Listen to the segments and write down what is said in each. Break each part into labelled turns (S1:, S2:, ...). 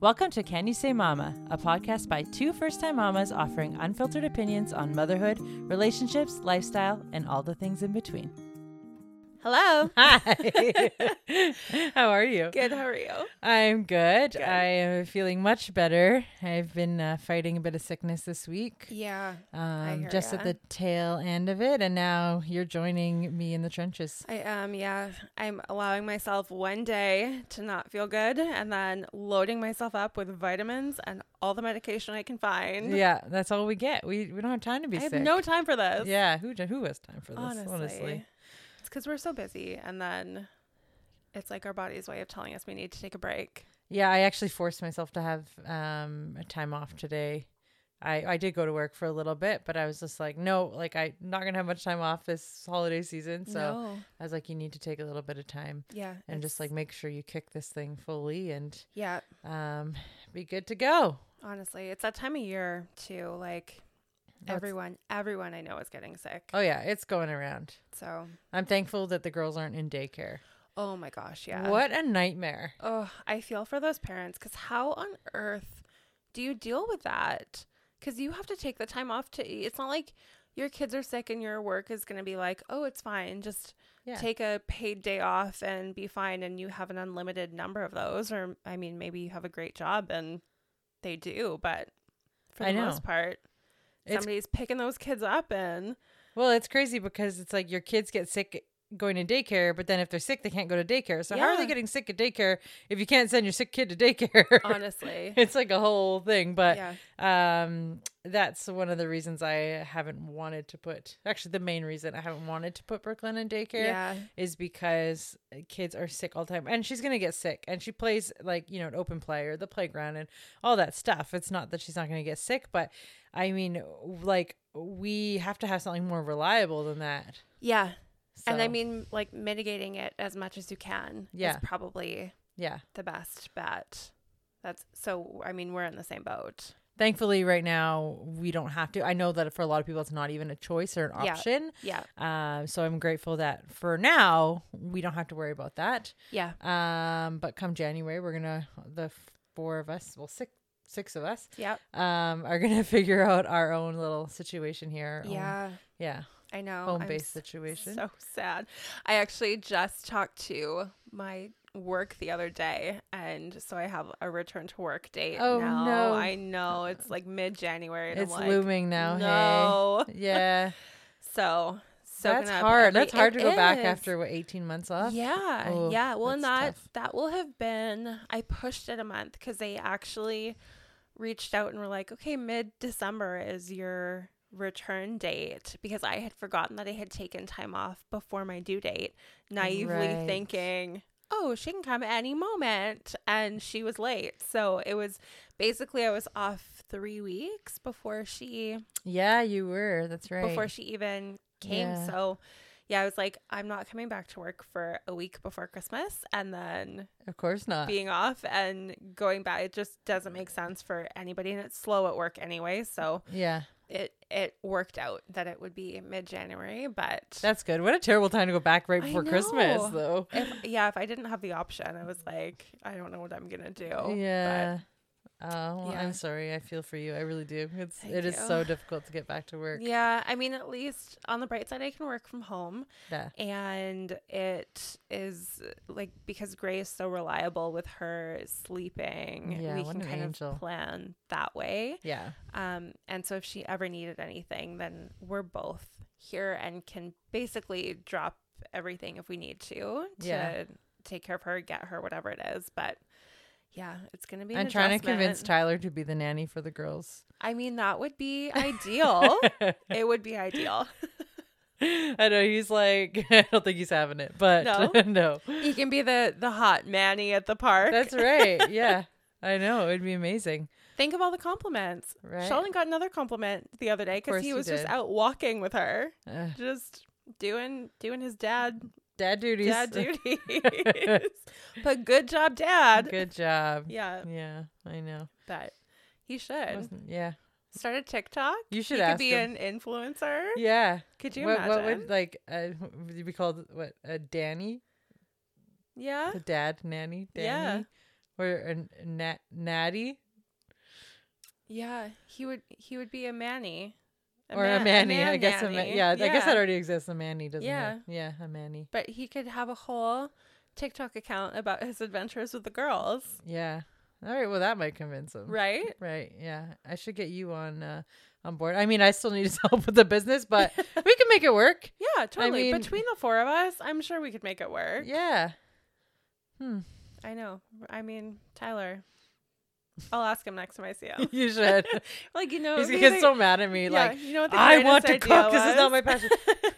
S1: Welcome to Can You Say Mama, a podcast by two first time mamas offering unfiltered opinions on motherhood, relationships, lifestyle, and all the things in between.
S2: Hello.
S1: Hi. How are you?
S2: Good. How are you?
S1: I'm good.
S2: Good.
S1: I am feeling much better. I've been uh, fighting a bit of sickness this week,
S2: Yeah.
S1: um,
S2: hear
S1: just at
S2: ya.
S1: the tail end of it. And now you're joining me in the trenches.
S2: I am. Yeah. I'm allowing myself one day to not feel good and then loading myself up with vitamins and all the medication I can find.
S1: Yeah, that's all we get. We, we don't have time to be
S2: I have
S1: sick.
S2: no time for this.
S1: yeah, who, d- who has time for this,
S2: Honestly.
S1: honestly.
S2: It's because we're so busy and then it's like our body's way of telling us we need to take a break.
S1: Yeah, I actually forced myself to have um a time off today. I I did go to work for a little bit, but I was just like, no, like I'm not gonna have much time off this holiday season. So
S2: No.
S1: I was like, you need to take a little bit of time
S2: Yeah.
S1: and just like
S2: it's-
S1: make sure you kick this thing fully and
S2: Yeah.
S1: um be good to go.
S2: Honestly, it's that time of year too. Like
S1: Oh, it's-
S2: everyone, everyone I know is getting sick.
S1: Oh yeah, it's going around.
S2: So,
S1: I'm thankful that the girls aren't in daycare.
S2: oh my gosh. Yeah.
S1: What a nightmare.
S2: Oh, I feel for those parents because how on earth do you deal with that? Because you have to take the time off to eat. It's not like your kids are sick and your work is going to be like, oh, it's fine. Just
S1: Yeah.
S2: take a paid day off and be fine. And you have an unlimited number of those. Or, I mean, maybe you have a great job and they do. But for the
S1: I know.
S2: most part,
S1: It's
S2: somebody's picking those kids up and
S1: Well, it's crazy because it's like your kids get sick going to daycare, but then if they're sick, they can't go to daycare. So how are they
S2: Yeah.
S1: getting sick at daycare if you can't send your sick kid to daycare?
S2: honestly.
S1: it's like a whole thing, but
S2: yeah.
S1: um, that's one of the reasons I haven't wanted to put. Actually, the main reason I haven't wanted to put Brooklyn in daycare
S2: Yeah.
S1: is because uh, kids are sick all the time and she's going to get sick and she plays like you know an open play or the playground and all that stuff it's not that she's not going to get sick but i mean like we have to have something more reliable than that
S2: Yeah. And I
S1: So,
S2: mean, like mitigating it as much as you can
S1: Yeah.
S2: is probably
S1: yeah
S2: the best bet. That's so. I mean, we're in the same boat.
S1: thankfully right now we don't have to i know that for a lot of people it's not even a choice or an
S2: Yeah.
S1: option
S2: Yeah,
S1: um so i'm grateful that for now we don't have to worry about that
S2: yeah,
S1: um but come january we're gonna the four of us well six six of us
S2: yep,
S1: um, are gonna figure out our own little situation here. our own-
S2: yeah.
S1: yeah,
S2: I know.
S1: home
S2: I'm
S1: based
S2: s-
S1: situation.
S2: So sad. I actually just talked to my work the other day, and so I have a return to work date.
S1: Oh,
S2: now.
S1: no. Uh-uh.
S2: I know it's like mid January.
S1: it's
S2: like,
S1: looming now.
S2: No,
S1: Hey, yeah,
S2: so so
S1: that's hard. That's hard to go back after what eighteen months off.
S2: Yeah,
S1: Oh,
S2: yeah. Well, and
S1: that's
S2: that
S1: tough.
S2: that will have been. I pushed it a month because they actually reached out and were like, "Okay, mid December is your return date," because I had forgotten that I had taken time off before my due date, naively
S1: Right.
S2: thinking. Oh, she can come at any moment. And she was late. So it was basically, I was off three weeks before she
S1: yeah, you were. That's right.
S2: before she even came.
S1: Yeah.
S2: So, yeah, I was like, I'm not coming back to work for a week before Christmas and then
S1: of course not.
S2: being off and going back. It just doesn't make sense for anybody. And it's slow at work anyway. So,
S1: yeah,
S2: it, it worked out that it would be mid January. But
S1: that's good. What a terrible time to go back right
S2: I
S1: before Christmas,
S2: know.
S1: though.
S2: if, yeah, if I didn't have the option, I was like, I don't know what I'm going to do. But
S1: yeah. Oh, well,
S2: Yeah.
S1: I'm sorry. I feel for you. I really do. It's
S2: Thank
S1: it is
S2: you.
S1: so difficult to get back to work.
S2: Yeah, I mean, at least on the bright side, I can work from home.
S1: Yeah.
S2: and it is like because Gray is so reliable with her sleeping,
S1: Yeah,
S2: we
S1: what
S2: can
S1: an
S2: kind
S1: angel.
S2: of plan that way.
S1: Yeah.
S2: Um, and so if she ever needed anything, then we're both here and can basically drop everything if we need to to
S1: Yeah.
S2: take care of her, get her whatever it is. But yeah, it's gonna be. An
S1: I'm trying to convince
S2: adjustment.
S1: Tyler to be the nanny for the girls.
S2: I mean, that would be ideal. it would be ideal.
S1: I know he's like, I don't think he's having it, but no,
S2: No? He can be the the hot manny at the park.
S1: that's right. Yeah, I know it'd be amazing.
S2: Think of all the compliments.
S1: Right.
S2: Sheldon got another compliment the other day
S1: course
S2: because he
S1: he
S2: was just
S1: did.
S2: out walking with her,
S1: Uh,
S2: just doing doing his dad
S1: dad duties.
S2: dad duties. but good job, dad.
S1: Good job.
S2: Yeah,
S1: Yeah, I know.
S2: but he should
S1: Wasn't- Yeah,
S2: start a TikTok.
S1: you should
S2: He could
S1: ask
S2: be
S1: him.
S2: an influencer.
S1: yeah,
S2: Could you
S1: what,
S2: imagine?
S1: what would like uh, would you be called? What a Danny,
S2: yeah,
S1: the dad nanny,
S2: Yeah.
S1: Danny, or an nat- natty
S2: Yeah, he would he would be a manny.
S1: or
S2: man-
S1: a manny. I guess a ma-
S2: nanny.
S1: yeah, I guess that already exists. A manny doesn't.
S2: Yeah.
S1: It? Yeah, a manny.
S2: But he could have a whole TikTok account about his adventures with the girls,
S1: Yeah. All right. Well, that might convince him.
S2: right?
S1: Right. Yeah. I should get you on uh, on board. I mean, I still need his help with the business, but we can make it work.
S2: Yeah, totally.
S1: mean-
S2: Between the four of us, I'm sure we could make it work.
S1: Yeah.
S2: I know. I mean, Tyler. I'll ask him next time I see him.
S1: You should.
S2: Like you know,
S1: He's
S2: it'd
S1: gonna
S2: be
S1: get
S2: like-
S1: so mad at me.
S2: Oh. yeah,
S1: Like,
S2: you know what the
S1: I want to
S2: greatest
S1: cook.
S2: idea
S1: This is not my
S2: was?
S1: passion.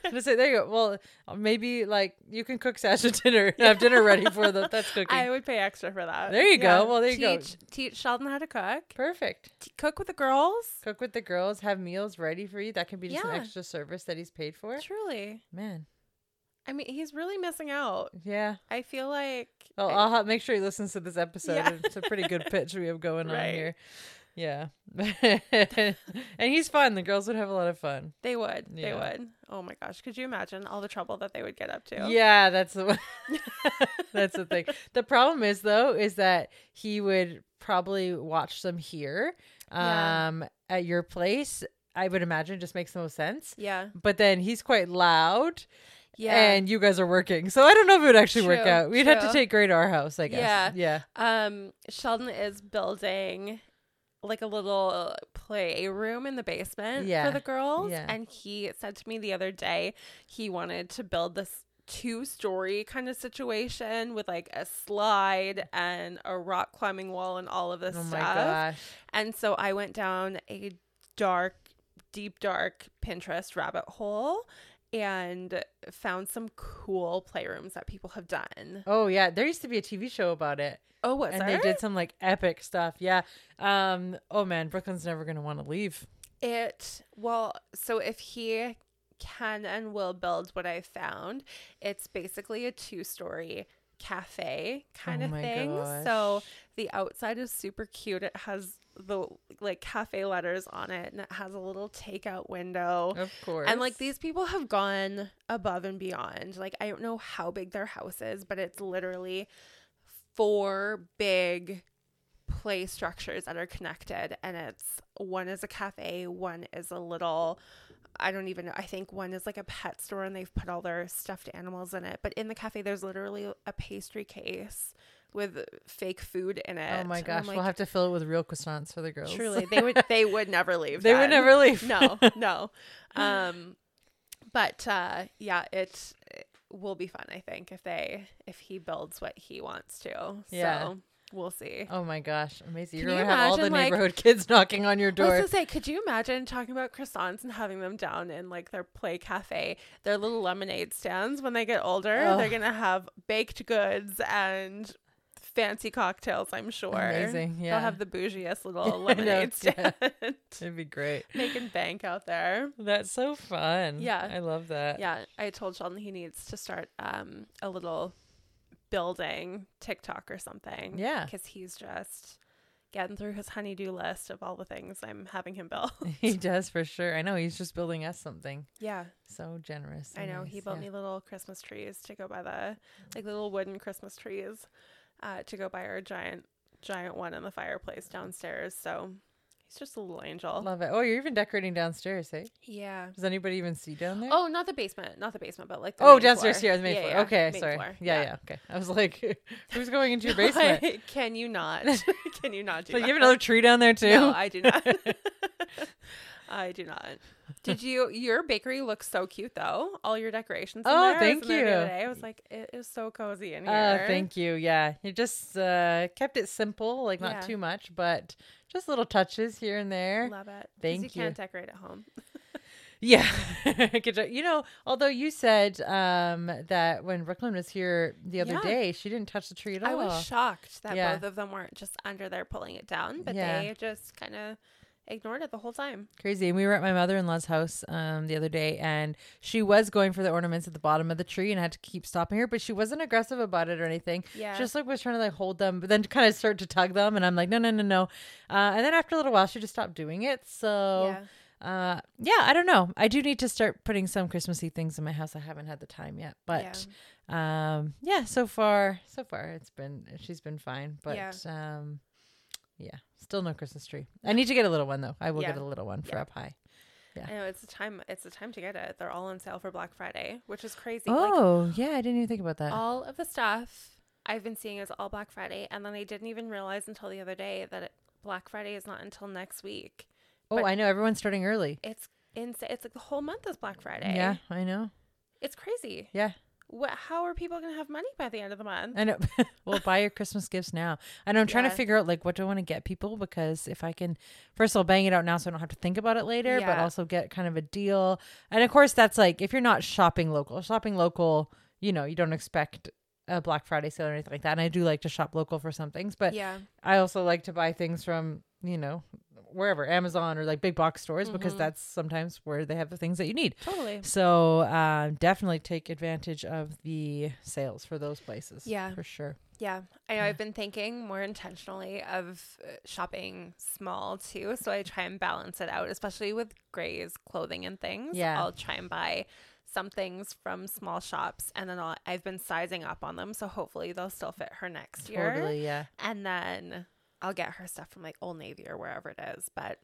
S1: I'm gonna say, there you go. Well, uh, maybe like you can cook Sasha dinner and have dinner ready for them. That's cooking.
S2: I would pay extra for that.
S1: There you go. Well, there you go.
S2: teach, go. Teach Sheldon how to cook.
S1: Perfect.
S2: T- cook with the girls.
S1: Cook with the girls. Have meals ready for you. That can be just
S2: Yeah.
S1: an extra service that he's paid for.
S2: Truly.
S1: Man.
S2: I mean, he's really missing out.
S1: Yeah.
S2: I feel like
S1: Oh,
S2: I-
S1: I'll ha- make sure he listens to this episode.
S2: Yeah.
S1: It's a pretty good pitch we have going
S2: Right.
S1: on here. Yeah. and he's fun. The girls would have a lot of fun.
S2: they would.
S1: Yeah.
S2: They would. Oh my gosh, could you imagine all the trouble that they would get up to?
S1: Yeah, that's the one. that's the thing. The problem is though is that he would probably watch them here
S2: Yeah.
S1: um at your place. I would imagine just makes the most sense.
S2: Yeah.
S1: But then he's quite loud
S2: Yeah.
S1: and you guys are working. So I don't know if it would actually work
S2: True,
S1: out. We'd have to
S2: true.
S1: take Gray to our house, I guess. Yeah.
S2: Yeah. um Sheldon is building like a little playroom in the basement
S1: Yeah.
S2: for the girls
S1: Yeah.
S2: and he said to me the other day he wanted to build this two-story kind of situation with like a slide and a rock climbing wall and all of this
S1: Oh my
S2: stuff.
S1: gosh.
S2: And so I went down a dark, deep, dark Pinterest rabbit hole and found some cool playrooms that people have done.
S1: Oh yeah, there used to be a TV show about it,
S2: Oh, what's
S1: and they did some like epic stuff. Yeah. Um. Oh man, Brooklyn's never gonna want to leave.
S2: It, well, so if he can and will build what I found, it's basically a two story cafe kind
S1: Oh
S2: of
S1: my
S2: thing. So the outside is super cute. It has the like cafe letters on it and it has a little takeout window.
S1: Of course.
S2: And like these people have gone above and beyond. Like I don't know how big their house is, but it's literally four big play structures that are connected and it's one is a cafe, one is a little I don't even know. I think one is like a pet store and they've put all their stuffed animals in it. But in the cafe there's literally a pastry case with fake food in it.
S1: Oh my
S2: And I'm
S1: gosh,
S2: like,
S1: we'll have to fill it with real croissants for the girls.
S2: Truly, they would they would never leave.
S1: they
S2: then
S1: would never leave.
S2: no no um but uh yeah it, it will be fun i think if they if he builds what he wants to
S1: Yeah.
S2: so we'll see
S1: Oh my gosh, amazing! You're
S2: Can you
S1: gonna have all the
S2: imagine, like-
S1: neighborhood kids knocking on your
S2: I was
S1: door.
S2: gonna say, could you imagine talking about croissants and having them down in like their play cafe, their little lemonade stands? When they get older, they're
S1: Ugh.
S2: gonna have baked goods and fancy cocktails. I'm sure.
S1: Amazing, yeah.
S2: They'll have the bougiest little
S1: I know,
S2: lemonade
S1: yeah.
S2: stand,
S1: It'd be great.
S2: making bank out there.
S1: That's so fun.
S2: Yeah.
S1: I love that.
S2: Yeah, I told Sheldon he needs to start um, a little building TikTok or something.
S1: Yeah.
S2: Because he's just getting through his honeydew list of all the things I'm having him build.
S1: he does for sure. I know he's just building us something.
S2: yeah,
S1: So generous.
S2: I
S1: and
S2: know.
S1: nice.
S2: He built
S1: Yeah.
S2: me little Christmas trees to go by the, like little wooden Christmas trees uh, to go by our giant, giant one in the fireplace downstairs. So he's just a little angel.
S1: Love it. Oh, you're even decorating downstairs, hey?
S2: yeah.
S1: Does anybody even see down there?
S2: Oh, not the basement, not the basement, but like the
S1: Oh,
S2: main
S1: downstairs
S2: floor.
S1: here, the main
S2: Yeah,
S1: floor.
S2: yeah,
S1: okay,
S2: main
S1: sorry.
S2: floor.
S1: Yeah, yeah, Okay. I was like, who's going into your basement? Like,
S2: Like, can you not? can you not do
S1: you
S2: that?
S1: have another tree down there too.
S2: No, I do not. I do not. Did you? Your bakery looks so cute, though. All your decorations.
S1: Oh,
S2: in there. I was
S1: thank
S2: in there The other
S1: you.
S2: day. I was like, it is so cozy in
S1: Oh,
S2: here.
S1: thank you. Yeah, you just uh, kept it simple, like
S2: Yeah.
S1: not too much, but just little touches here and there.
S2: Love it. 'Cause
S1: Thank
S2: you. can't
S1: you.
S2: decorate at home.
S1: Yeah. Good job. you know, although you said um, that when Brooklyn was here the other
S2: Yeah.
S1: day, she didn't touch the tree at all.
S2: I was shocked that
S1: Oh, Yeah.
S2: both of them weren't just under there pulling it down, but
S1: Yeah.
S2: they just kind of ignored it the whole time.
S1: Crazy. And we were at my mother in law's house um, the other day, and she was going for the ornaments at the bottom of the tree, and I had to keep stopping her, but she wasn't aggressive about it or anything.
S2: Yeah.
S1: Just like was trying to like hold them, but then kind of start to tug them, and I'm like, no, no, no, no. Uh, and then after a little while, she just stopped doing it. So.
S2: yeah.
S1: Uh, yeah, I don't know. I do need to start putting some Christmassy things in my house. I haven't had the time yet, but um yeah so far so far it's been she's been fine but um yeah still no christmas tree i need to get a little one though i will get
S2: Yeah.
S1: a little one for
S2: Yeah.
S1: up high
S2: I know it's the time. It's the time to get it. They're all on sale for Black Friday, which is crazy. Like,
S1: oh yeah i didn't even think about that
S2: all of the stuff I've been seeing is all Black Friday, and then I didn't even realize until the other day that it, Black Friday is not until next week.
S1: oh
S2: but-
S1: i know everyone's starting early
S2: It's insane. It's like the whole month is Black Friday.
S1: yeah i know
S2: it's crazy.
S1: yeah
S2: What? How are people gonna have money by the end of the month?
S1: I know. well, buy your Christmas gifts now. And I'm trying
S2: Yeah.
S1: to figure out like what do I want to get people because if I can, first of all, bang it out now so I don't have to think about it later, but
S2: Yeah.
S1: also get kind of a deal. And of course, that's like if you're not shopping local, shopping local, you know, you don't expect a Black Friday sale or anything like that. And I do like to shop local for some things, but
S2: yeah,
S1: I also like to buy things from, you know, wherever Amazon or like big box stores
S2: Mm-hmm.
S1: because that's sometimes where they have the things that you need.
S2: totally.
S1: So uh, definitely take advantage of the sales for those places.
S2: Yeah.
S1: for sure.
S2: Yeah, I know. I've been thinking more intentionally of uh, shopping small too, so I try and balance it out, especially with Gray's clothing and things.
S1: Yeah.
S2: I'll try and buy some things from small shops, and then I'll, I've been sizing up on them, so hopefully they'll still fit her next year.
S1: Totally, yeah,
S2: And then I'll get her stuff from like Old Navy or wherever it is. But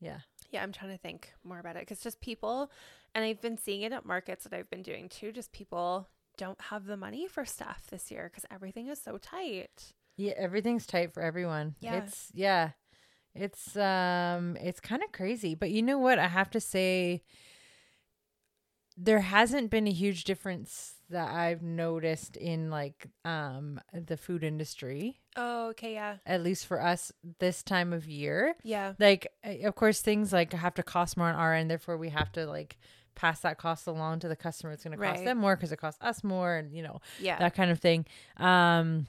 S1: yeah,
S2: yeah, I'm trying to think more about it because just people, and I've been seeing it at markets that I've been doing too. Just people don't have the money for stuff this year because everything is so tight.
S1: yeah. Everything's tight for everyone.
S2: Yeah.
S1: It's yeah, it's um, it's kind of crazy. But you know what? I have to say, there hasn't been a huge difference that I've noticed in like um the food industry,
S2: Oh, okay, yeah.
S1: at least for us this time of year.
S2: Yeah.
S1: like uh, of course things like have to cost more on our end therefore we have to like pass that cost along to the customer it's going to cost
S2: Right.
S1: them more because it costs us more and you know
S2: Yeah.
S1: that kind of thing um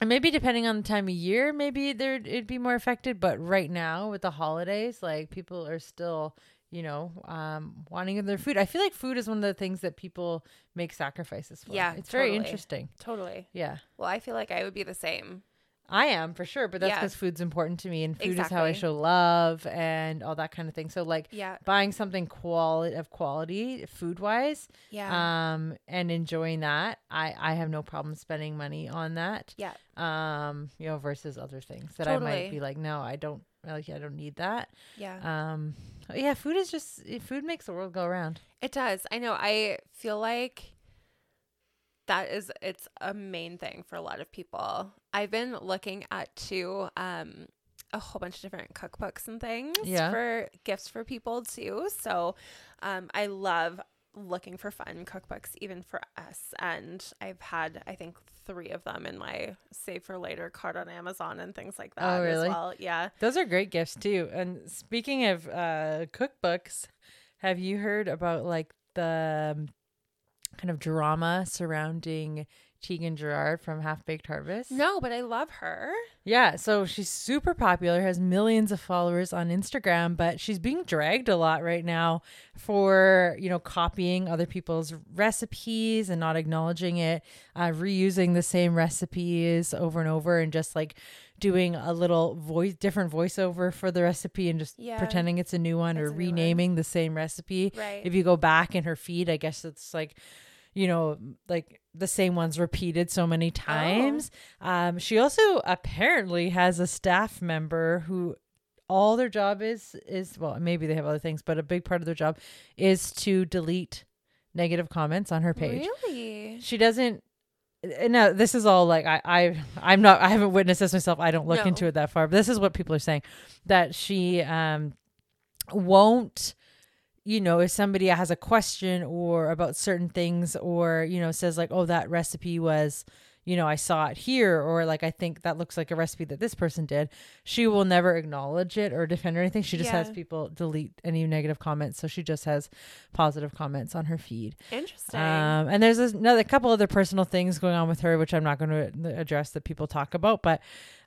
S1: and maybe depending on the time of year maybe there it'd be more affected but right now with the holidays like people are still you know um wanting their food i feel like food is one of the things that people make sacrifices for
S2: Yeah,
S1: it's very
S2: totally.
S1: interesting
S2: totally.
S1: yeah
S2: Well, I feel like I would be the same.
S1: I am for sure, but that's
S2: Yeah.
S1: because food's important to me, and food is how I
S2: Exactly.
S1: show love and all that kind of thing. So like
S2: Yeah.
S1: buying something quality of quality food wise,
S2: Yeah.
S1: um, and enjoying that, I I have no problem spending money on that.
S2: Yeah.
S1: Um, you know, versus other things that I
S2: Totally.
S1: might be like, no, I don't like I don't need that.
S2: yeah.
S1: Um, yeah, food is just eh, food makes the world go around.
S2: it does. I know. I feel like that is it's a main thing for a lot of people. I've been looking at too um a whole bunch of different cookbooks and things
S1: Yeah.
S2: for gifts for people too. So um I love looking for fun cookbooks even for us and I've had I think 3 of them in my save for later card on Amazon and things like that
S1: Oh, really?
S2: as well. Yeah.
S1: Those are great gifts too. And speaking of uh, cookbooks, have you heard about like the um, kind of drama surrounding Tegan Gerard from Half Baked Harvest?
S2: No, but I love her.
S1: Yeah, so she's super popular, has millions of followers on Instagram, but she's being dragged a lot right now for, you know, copying other people's recipes and not acknowledging it, uh, reusing the same recipes over and over and just like doing a little voice different voiceover for the recipe and just
S2: Yeah.
S1: pretending it's a new one or
S2: It's a new one.
S1: renaming the same recipe.
S2: Right.
S1: If you go back in her feed, I guess it's like you know, like the same ones repeated so many times. Um, she also apparently has a staff member who all their job is is well, maybe they have other things, but a big part of their job is to delete negative comments on her page.
S2: Really?
S1: She doesn't and now this is all like I, I I'm not I haven't witnessed this myself. I don't look
S2: No.
S1: into it that far, but this is what people are saying. That she um won't you know if somebody has a question or about certain things or you know says like oh that recipe was you know i saw it here or like i think that looks like a recipe that this person did she will never acknowledge it or defend or anything she just has
S2: Yeah.
S1: people delete any negative comments so she just has positive comments on her feed
S2: Interesting.
S1: um, and there's another couple other personal things going on with her, which I'm not going to address that people talk about. But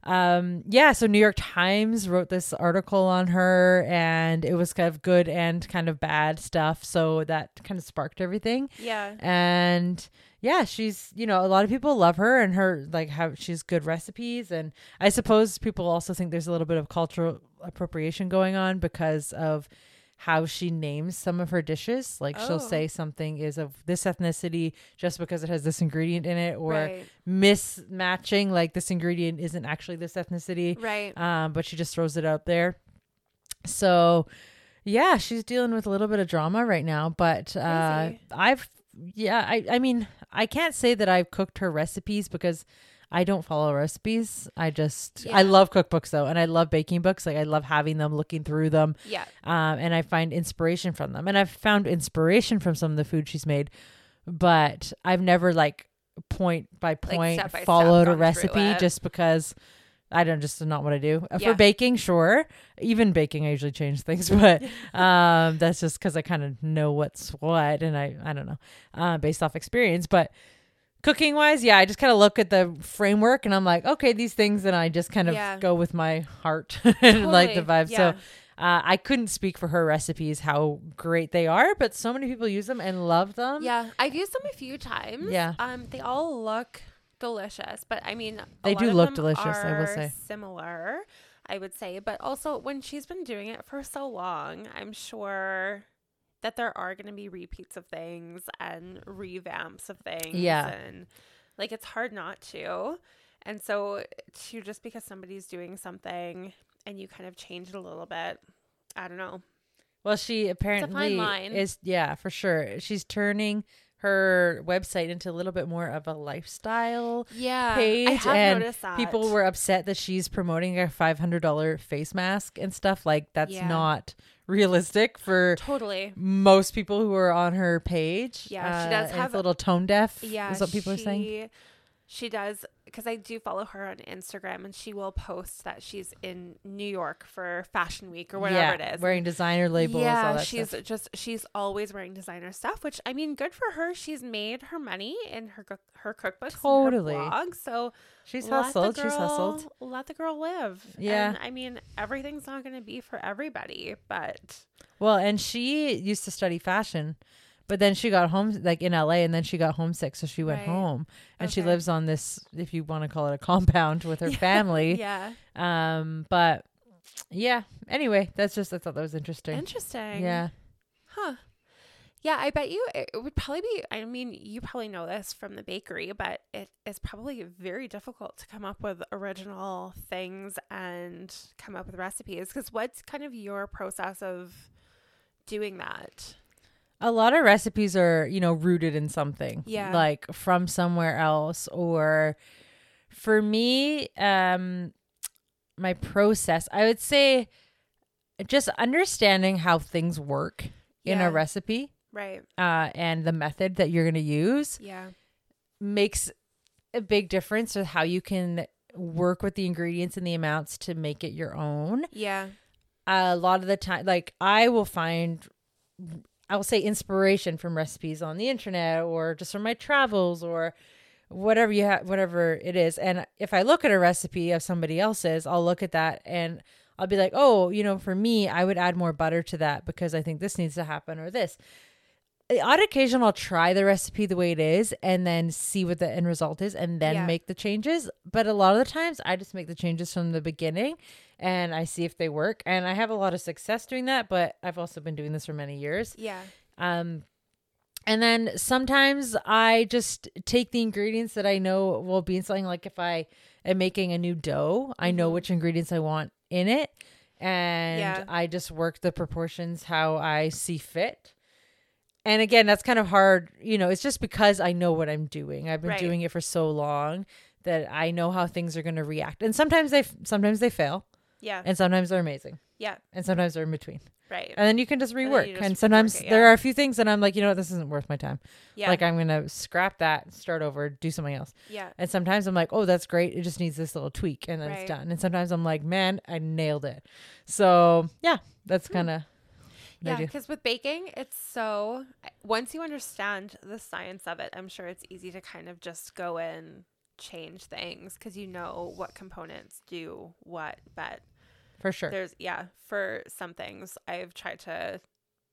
S1: um, yeah, so New York Times wrote this article on her, and it was kind of good and kind of bad stuff. So that kind of sparked everything
S2: yeah.
S1: and yeah she's you know a lot of people love her and her like how she's good recipes and i suppose people also think there's a little bit of cultural appropriation going on because of how she names some of her dishes. Like she'll
S2: Oh.
S1: say something is of this ethnicity just because it has this ingredient in it, or
S2: right.
S1: mismatching, like this ingredient isn't actually this ethnicity.
S2: Right.
S1: Um, but she just throws it out there. So, yeah, she's dealing with a little bit of drama right now. But uh,
S2: Crazy.
S1: I've, yeah, I, I mean, I can't say that I've cooked her recipes because I don't follow recipes. I just, I
S2: Yeah.
S1: love cookbooks though, and I love baking books. Like I love having them, looking through them,
S2: yeah.
S1: um, and I find inspiration from them. And I've found inspiration from some of the food she's made, but I've never like point by point
S2: step by step
S1: followed a
S2: gone through
S1: recipe
S2: it.
S1: just because I don't just not what I do. Uh,
S2: Yeah.
S1: For baking, sure. Even baking, I usually change things, but um, that's just because I kind of know what's what, and I I don't know uh, based off experience, but. Cooking wise, yeah, I just kind of look at the framework and I'm like, okay, these things, and I just kind of
S2: Yeah.
S1: go with my heart and like the
S2: Totally.
S1: vibe. So
S2: Yeah.
S1: uh, I couldn't speak for her recipes how great they are, but so many people use them and love them.
S2: Yeah, I've used them a few times.
S1: um, Yeah.
S2: Um, they all look delicious, but I mean, a
S1: They
S2: lot
S1: do
S2: of
S1: look
S2: them
S1: delicious, I will
S2: are
S1: say.
S2: similar. I would say, but also when she's been doing it for so long, I'm sure that there are going to be repeats of things and revamps of things.
S1: Yeah.
S2: and like it's hard not to. And so, to just because somebody's doing something and you kind of change it a little bit, I don't know.
S1: Well, she apparently
S2: line.
S1: is, yeah, for sure. She's turning her website into a little bit more of a lifestyle
S2: Yeah, I
S1: page,
S2: have
S1: and
S2: noticed that
S1: people were upset that she's promoting a five hundred dollar face mask and stuff. Like that's
S2: Yeah.
S1: not realistic for.
S2: totally
S1: Most people who are on her page,
S2: Yeah, she does
S1: and
S2: have-
S1: it's a little tone deaf.
S2: Yeah,
S1: is what people are saying.
S2: she- She does because I do follow her on Instagram, and she will post that she's in New York for Fashion Week or whatever
S1: yeah,
S2: it is.
S1: wearing designer labels.
S2: yeah,
S1: all that
S2: she's
S1: stuff.
S2: just she's always wearing designer stuff, which I mean, good for her. She's made her money in her cook- her cookbooks,
S1: Totally.
S2: and her blog. So
S1: she's
S2: let the
S1: hustled. she's hustled.
S2: girl- Let the girl live.
S1: Yeah.
S2: and, I mean, everything's not going to be for everybody, but
S1: Well, and she used to study fashion, but then she got home like in LA, and then she got homesick, so she went
S2: Right.
S1: home, and she
S2: Okay.
S1: lives on this, if you want to call it a compound, with her family.
S2: yeah,
S1: Um, but yeah. Anyway, that's just I thought that was interesting.
S2: interesting.
S1: Yeah.
S2: Huh. Yeah, I bet you it it would probably be. I mean, you probably know this from the bakery, but it is probably very difficult to come up with original things and come up with recipes. Because what's kind of your process of doing that?
S1: A lot of recipes are, you know, rooted in something.
S2: Yeah.
S1: Like from somewhere else or for me, um my process, I would say just understanding how things work in
S2: Yeah.
S1: a recipe
S2: Right.
S1: uh and the method that you're going to use
S2: Yeah.
S1: makes a big difference with how you can work with the ingredients and the amounts to make it your own
S2: Yeah.
S1: a lot of the time like i will find i will say inspiration from recipes on the internet or just from my travels or whatever you have whatever it is and if i look at a recipe of somebody else's i'll look at that and i'll be like oh you know for me i would add more butter to that because i think this needs to happen or this Eh, on occasion i'll try the recipe the way it is and then see what the end result is and then
S2: Yeah.
S1: make the changes but a lot of the times i just make the changes from the beginning and i see if they work and i have a lot of success doing that but i've also been doing this for many years
S2: Yeah.
S1: um and then sometimes I just take the ingredients that I know will be in something like if I am making a new dough, I know which ingredients I want in it and
S2: Mm-hmm. Yeah.
S1: I just work the proportions how I see fit. And again, that's kind of hard, you know, it's just because I know what I'm doing. I've been
S2: Right.
S1: doing it for so long that I know how things are going to react. And sometimes they sometimes they fail
S2: Yeah.
S1: and uh, sometimes they're amazing
S2: Uh Yeah.
S1: and sometimes they're in between
S2: Right.
S1: and then you can just
S2: then
S1: rework.
S2: you
S1: And,
S2: just rework
S1: sometimes
S2: it,
S1: there
S2: yeah.
S1: are a few things that I'm like, you know what, this isn't worth my time.
S2: Yeah.
S1: Like I'm gonna scrap that, start over, do something else.
S2: yeah.
S1: And sometimes I'm like, oh, that's great. It just needs this little tweak, and then
S2: Right.
S1: it's done. And sometimes I'm like, man, I nailed it. So yeah, that's kind of
S2: Hmm. Yeah,
S1: do.
S2: because with baking, it's so once you understand the science of it, I'm sure it's easy to kind of just go in change things because you know what components do what. But
S1: for sure.
S2: there's yeah, for some things I've tried to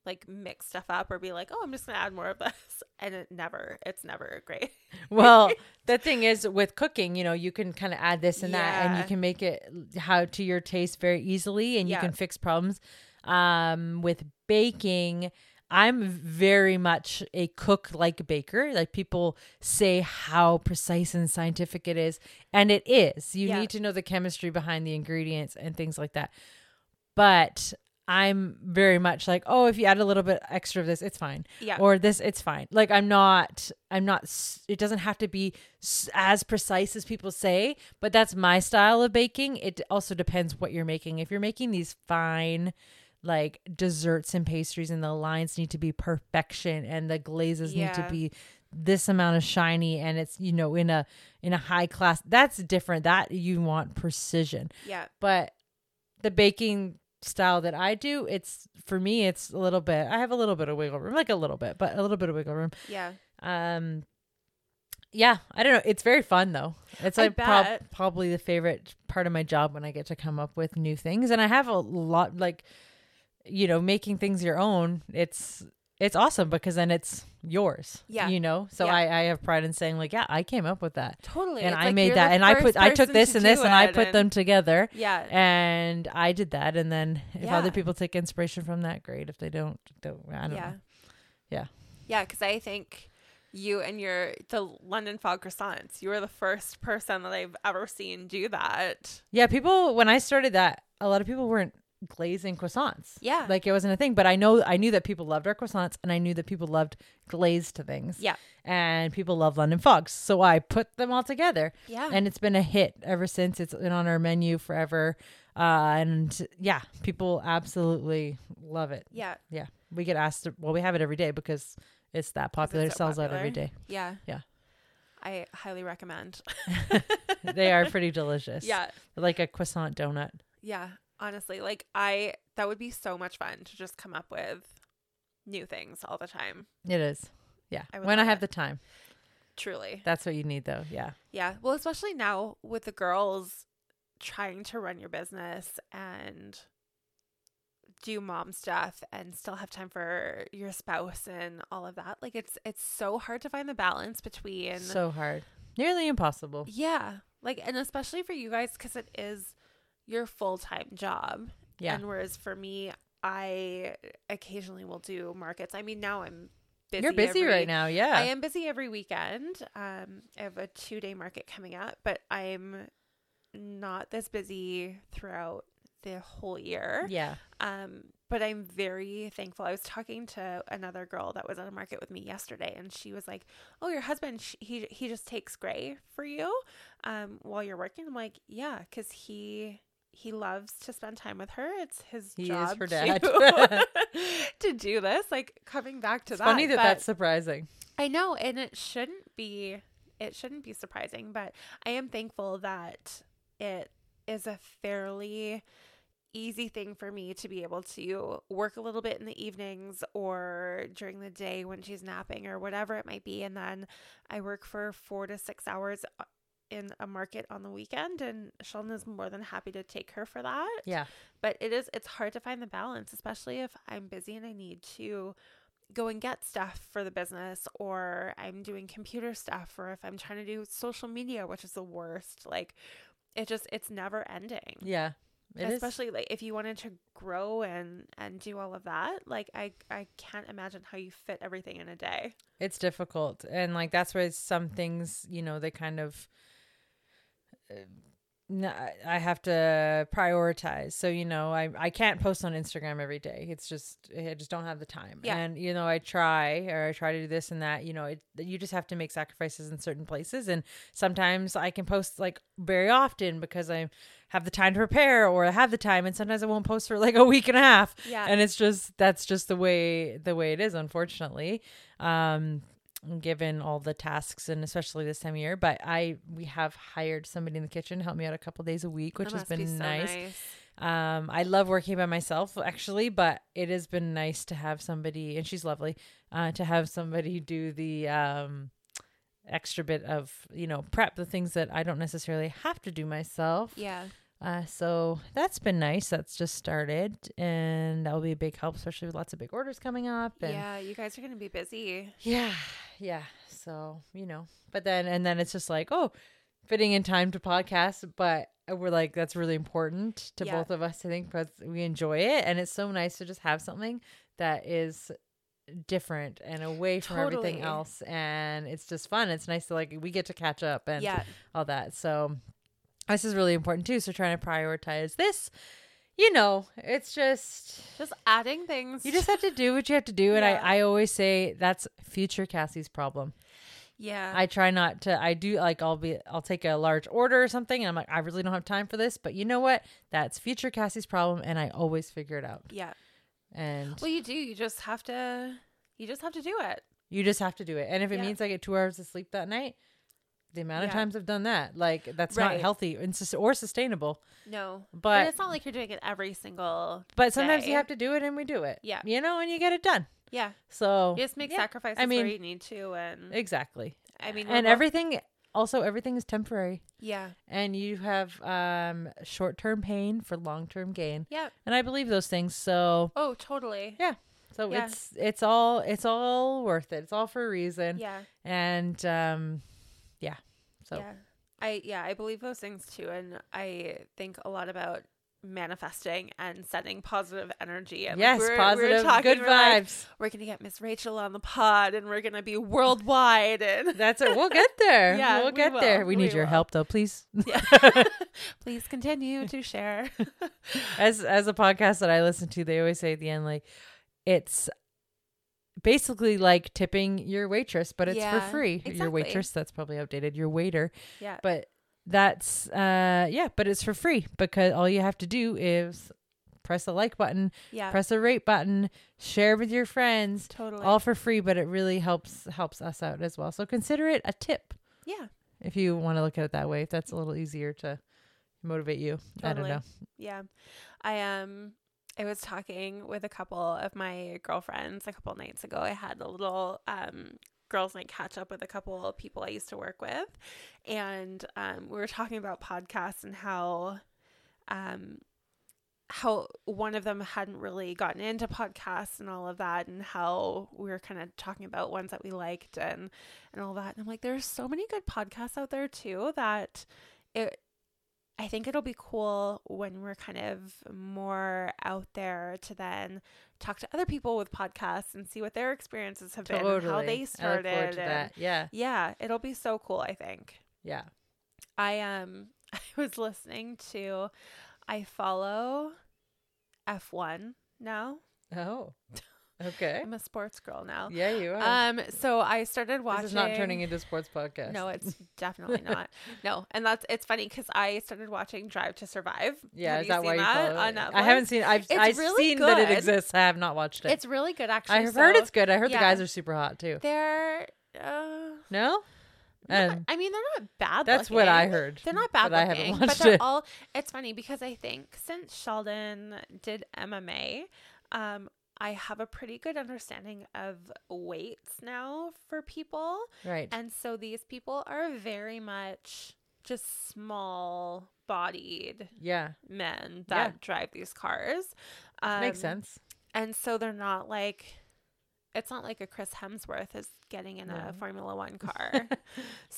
S2: like mix stuff up or be like, oh, I'm just gonna add more of this, and it never, it's never great.
S1: well, the thing is with cooking, you know, you can kind of add this and that, and you
S2: Yeah.
S1: can make it how to your taste very easily, and
S2: Yeah.
S1: you can fix problems. um, with baking. I'm very much a cook like baker. Like people say how precise and scientific it is, and it is. You
S2: Yeah.
S1: need to know the chemistry behind the ingredients and things like that. But I'm very much like, oh, if you add a little bit extra of this, it's fine.
S2: Yeah.
S1: Or this, it's fine. Like I'm not, I'm not. s- It doesn't have to be s- as precise as people say, but that's my style of baking. It also depends what you're making. If you're making these fine, like desserts and pastries, and the lines need to be perfection, and the glazes need to
S2: Yeah.
S1: be this amount of shiny, and it's you know in a in a high class. That's different. That you want precision
S2: yeah.
S1: but the baking style that I do, it's for me, it's a little bit. I have a little bit of wiggle room, like a little bit, but a little bit of wiggle room.
S2: Yeah.
S1: Um, yeah, I don't know. It's very fun though. It's
S2: I
S1: like prob-
S2: bet.
S1: probably the favorite part of my job when I get to come up with new things, and I have a lot like, you know, making things your own. It's it's awesome because then it's yours.
S2: Yeah.
S1: you know. So
S2: Yeah.
S1: I I have pride in saying like, yeah, I came up with that.
S2: Totally.
S1: And
S2: It's
S1: I
S2: like you're
S1: made that,
S2: the
S1: and I
S2: first
S1: put, I took
S2: person
S1: this
S2: to
S1: and this,
S2: do
S1: and I
S2: it,
S1: put
S2: and-
S1: them together
S2: Yeah.
S1: and I did that. And then if
S2: Yeah.
S1: other people take inspiration from that, great. If they don't, don't I don't
S2: yeah.
S1: know. Yeah.
S2: Yeah, because I think you and your the London fog croissants. You were the first person that I've ever seen do that.
S1: Yeah, people when I started that, a lot of people weren't glazing croissants.
S2: Yeah.
S1: Like it wasn't a thing. But I know I knew that people loved our croissants and I knew that people loved glazed things.
S2: Yeah.
S1: And people love London fogs. So I put them all together.
S2: Yeah.
S1: And it's been a hit ever since. It's been on our menu forever. Uh, and yeah, people absolutely love it.
S2: yeah.
S1: Yeah. We get asked well, we have it every day because it's that popular,
S2: so
S1: sells out
S2: popular.
S1: every day.
S2: Yeah.
S1: Yeah.
S2: I highly recommend.
S1: they are pretty delicious.
S2: yeah.
S1: Like a croissant donut.
S2: Yeah. Honestly, like I that would be so much fun to just come up with new things all the time.
S1: It is. Yeah.
S2: I would
S1: when I
S2: love
S1: have
S2: it.
S1: the time.
S2: Truly.
S1: That's what you need though. Yeah.
S2: Yeah. Well, especially now with the girls trying to run your business and do mom stuff and still have time for your spouse and all of that. Like it's it's so hard to find the balance between
S1: so hard. Nearly impossible.
S2: Yeah. Like and especially for you guys cuz it is your full-time job.
S1: Yeah.
S2: And whereas for me, I occasionally will do markets. I mean, now I'm busy.
S1: You're busy
S2: every-
S1: right now. Yeah.
S2: I am busy every weekend. Um, I have a two day market coming up, but I'm not this busy throughout the whole year.
S1: Yeah.
S2: Um, but I'm very thankful. I was talking to another girl that was at a market with me yesterday, and she was like, "Oh, your husband, sh- he he just takes gray for you, um, while you're working." I'm like, "Yeah, because he." He loves to spend time with her. It's his
S1: He is
S2: job
S1: her
S2: to-
S1: dad.
S2: to do this. Like coming back to
S1: It's
S2: that.
S1: funny that
S2: but-
S1: that's surprising.
S2: I know, and it shouldn't be it shouldn't be surprising, but I am thankful that it is a fairly easy thing for me to be able to work a little bit in the evenings or during the day when she's napping or whatever it might be and then I work for 4 to 6 hours uh, in a market on the weekend and Sheldon is more than happy to take her for that
S1: Yeah.
S2: but it is it's hard to find the balance especially if i'm busy and i need to go and get stuff for the business or i'm doing computer stuff or if i'm trying to do social media which is the worst like it just it's never ending
S1: Yeah. It is.
S2: especially like if you wanted to grow and and do all of that like i i can't imagine how you fit everything in a day
S1: It's difficult. And like that's why some things, you know, they kind of no, I have to prioritize. So you know, I I can't post on Instagram every day. It's just I just don't have the time.
S2: Yeah.
S1: And you know, I try or I try to do this and that. You know, it, you just have to make sacrifices in certain places. And sometimes I can post like very often because I have the time to prepare or I have the time. And sometimes I won't post for like a week and a half.
S2: Yeah.
S1: And it's just that's just the way the way it is, unfortunately. Um, given all the tasks and especially this time of year but i we have hired somebody in the kitchen to help me out a couple days a week which
S2: That
S1: has
S2: must be
S1: been
S2: so
S1: nice. um i love working by myself actually but it has been nice to have somebody and she's lovely uh to have somebody do the um extra bit of you know prep the things that i don't necessarily have to do myself
S2: yeah
S1: uh so that's been nice that's just started and that will be a big help especially with lots of big orders coming up and
S2: yeah you guys are gonna be busy
S1: yeah, yeah. So you know, but then and then it's just like, oh, fitting in time to podcast, but we're like that's really important to
S2: Yeah.
S1: both of us. I think because we enjoy it, and it's so nice to just have something that is different and away from everything
S2: Totally.
S1: else, and it's just fun. It's nice to like we get to catch up and
S2: yeah.
S1: all that. So this is really important too. So trying to prioritize this, you know, it's just
S2: Just adding things.
S1: you just have to do what you have to do. And
S2: Yeah.
S1: I, I always say that's future Cassie's problem.
S2: yeah.
S1: I try not to. I do like I'll be I'll take a large order or something, and I'm like I really don't have time for this. But you know what? That's future Cassie's problem, and I always figure it out.
S2: yeah.
S1: And
S2: Well, you do. You just have to. You just have to do it.
S1: you just have to do it. And if it
S2: Yeah.
S1: means I get two hours of sleep that night, the amount of
S2: Yeah.
S1: times I've done that, like that's
S2: Right.
S1: not healthy and sus- or sustainable.
S2: No, but,
S1: But
S2: it's not like you're doing it every single.
S1: but sometimes
S2: day.
S1: you have to do it, and we do it.
S2: Yeah.
S1: you know, and you get it done.
S2: Yeah,
S1: So
S2: you just make
S1: yeah,
S2: sacrifices
S1: I mean,
S2: where you need to, and
S1: exactly.
S2: I
S1: And
S2: mean, we're both-
S1: everything, also everything is temporary.
S2: Yeah,
S1: and you have um short term pain for long term gain.
S2: yeah.
S1: And I believe those things. So
S2: Oh, totally.
S1: Yeah. so
S2: Yeah.
S1: it's it's all it's all worth it. It's all for a reason.
S2: Yeah,
S1: And um yeah. So
S2: yeah. I yeah, I believe those things too, and I think a lot about manifesting and setting positive energy. And like,
S1: yes,
S2: we were- we were
S1: positive
S2: talking,
S1: good
S2: we're like,
S1: vibes.
S2: we're gonna get Miss Rachel on the pod, and we're gonna be worldwide, and
S1: That's it. We'll get there.
S2: Yeah,
S1: we'll
S2: we
S1: get there.
S2: will.
S1: We need
S2: We
S1: your
S2: will.
S1: help though, please.
S2: yeah. please continue to share.
S1: as as a podcast that I listen to, they always say at the end like it's basically like tipping your waitress, but it's
S2: Yeah,
S1: for free.
S2: exactly.
S1: Your waitress, that's probably outdated. Your waiter.
S2: Yeah.
S1: But that's uh yeah, but it's for free because all you have to do is press the like button,
S2: Yeah,
S1: press the rate button, share with your friends.
S2: totally.
S1: All for free, but it really helps helps us out as well. So consider it a tip
S2: yeah,
S1: if you want to look at it that way. If that's a little easier to motivate you, I don't
S2: Totally.
S1: know.
S2: yeah. I um I was talking with a couple of my girlfriends a couple nights ago. I had a little um girls night catch up with a couple of people I used to work with and um we were talking about podcasts and how um how one of them hadn't really gotten into podcasts and all of that and how we were kind of talking about ones that we liked and and all that and I'm like there's so many good podcasts out there too that it I think it'll be cool when we're kind of more out there to then talk to other people with podcasts and see what their experiences have been and how they started
S1: I look forward to
S2: and-
S1: that. Yeah.
S2: yeah, it'll be so cool, I think.
S1: Yeah.
S2: I um I was listening to I follow F1 now.
S1: Oh. Okay.
S2: I'm a sports girl now.
S1: Yeah, you are.
S2: Um so I started watching
S1: This is not turning into a sports podcast.
S2: No, it's definitely not. No, and that's it's funny cuz I started watching Drive to Survive.
S1: yeah,
S2: Have
S1: is
S2: you
S1: that why
S2: seen
S1: you
S2: that
S1: follow it?
S2: on
S1: I
S2: Netflix?
S1: haven't seen. I've
S2: It's
S1: I've
S2: really
S1: seen that it
S2: good.
S1: exists. I have not watched it.
S2: It's really good actually.
S1: I have heard
S2: so
S1: it's good. I heard
S2: yeah.
S1: the guys are super hot too.
S2: They're uh,
S1: No,
S2: not-
S1: Um,
S2: I mean they're not bad
S1: that's what I
S2: looking.
S1: heard.
S2: They're not bad
S1: but I
S2: looking,
S1: haven't
S2: but
S1: watched
S2: they're
S1: it.
S2: all. It's funny because I think since Sheldon did MMA, um, I have a pretty good understanding of weights now for people,
S1: right.
S2: and so these people are very much just small bodied
S1: Yeah,
S2: men
S1: Yeah.
S2: that drive these cars. Um,
S1: makes sense.
S2: And so they're not like. It's not like a Chris Hemsworth is getting in a
S1: No.
S2: Formula One car.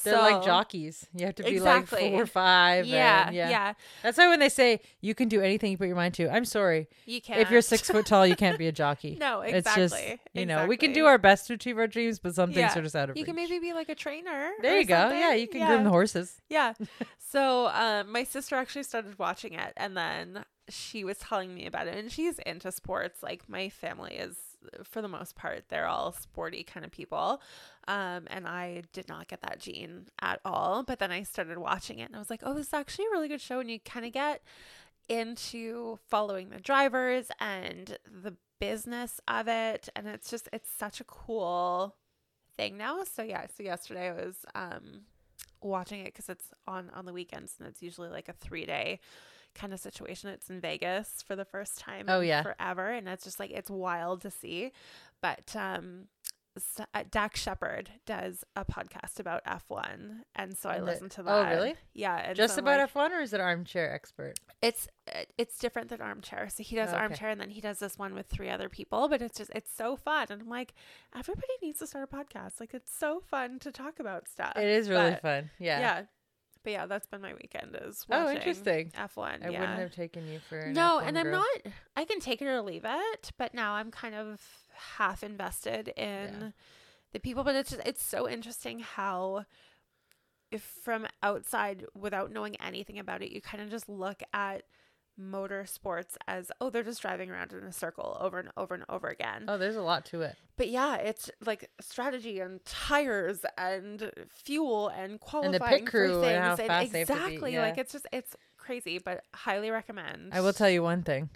S1: They're like
S2: So-
S1: jockeys. You have to be
S2: Exactly.
S1: like four or five.
S2: Yeah,
S1: and
S2: yeah,
S1: That's why when they say you can do anything you put your mind to, I'm sorry.
S2: You can
S1: If you're six foot tall, you can't be a jockey.
S2: No,
S1: It's just,
S2: exactly,
S1: you know, we can do
S2: exactly.
S1: our best to achieve our dreams, but some
S2: Yeah.
S1: things are just out of
S2: You
S1: reach.
S2: can maybe be like a trainer.
S1: there
S2: or
S1: you go. Yeah,
S2: something.
S1: you can
S2: yeah.
S1: groom the horses.
S2: Yeah. so um, my sister actually started watching it, and then she was telling me about it, and she's into sports. Like my family is, for the most part, they're all sporty kind of people, um, and I did not get that gene at all. But then I started watching it, and I was like, oh, this is actually a really good show, and you kind of get into following the drivers and the business of it and it's just it's such a cool thing now so yeah so yesterday i was um watching it because it's on on the weekends and it's usually like a three day kind of situation it's in vegas for the first time
S1: Oh,
S2: in
S1: yeah.
S2: forever and it's just like it's wild to see but um s- uh, Dak Shepard does a podcast about F1, and so I
S1: And the-
S2: listen to
S1: oh,
S2: that.
S1: really?
S2: Yeah, and
S1: Just
S2: so I'm
S1: about
S2: like-
S1: F1 or is it armchair expert?
S2: it's it- it's different than armchair. So he does
S1: Okay.
S2: armchair and then he does this one with three other people, but it's just it's so fun. And I'm like, everybody needs to start a podcast. Like it's so fun to talk about stuff.
S1: It is really
S2: Uh, But,
S1: fun. Yeah.
S2: Yeah. But yeah, that's been my weekend is
S1: Oh,
S2: watching
S1: interesting.
S2: F1.
S1: I
S2: yeah.
S1: wouldn't have taken you for an
S2: no,
S1: F1
S2: and I'm
S1: girl.
S2: not. I can take it or leave it, but now I'm kind of half invested in the people. But it's just it's so interesting how, if from outside without knowing anything about it, you kind of just look at motorsports as oh they're just driving around in a circle over and over and over again.
S1: Oh, there's a lot to it.
S2: But yeah, it's like strategy and tires and fuel and qualifying
S1: the pit
S2: for
S1: crew and
S2: things
S1: how fast they have to be,
S2: exactly like
S1: yeah.
S2: it's just it's crazy, but highly recommend.
S1: I will tell you one thing.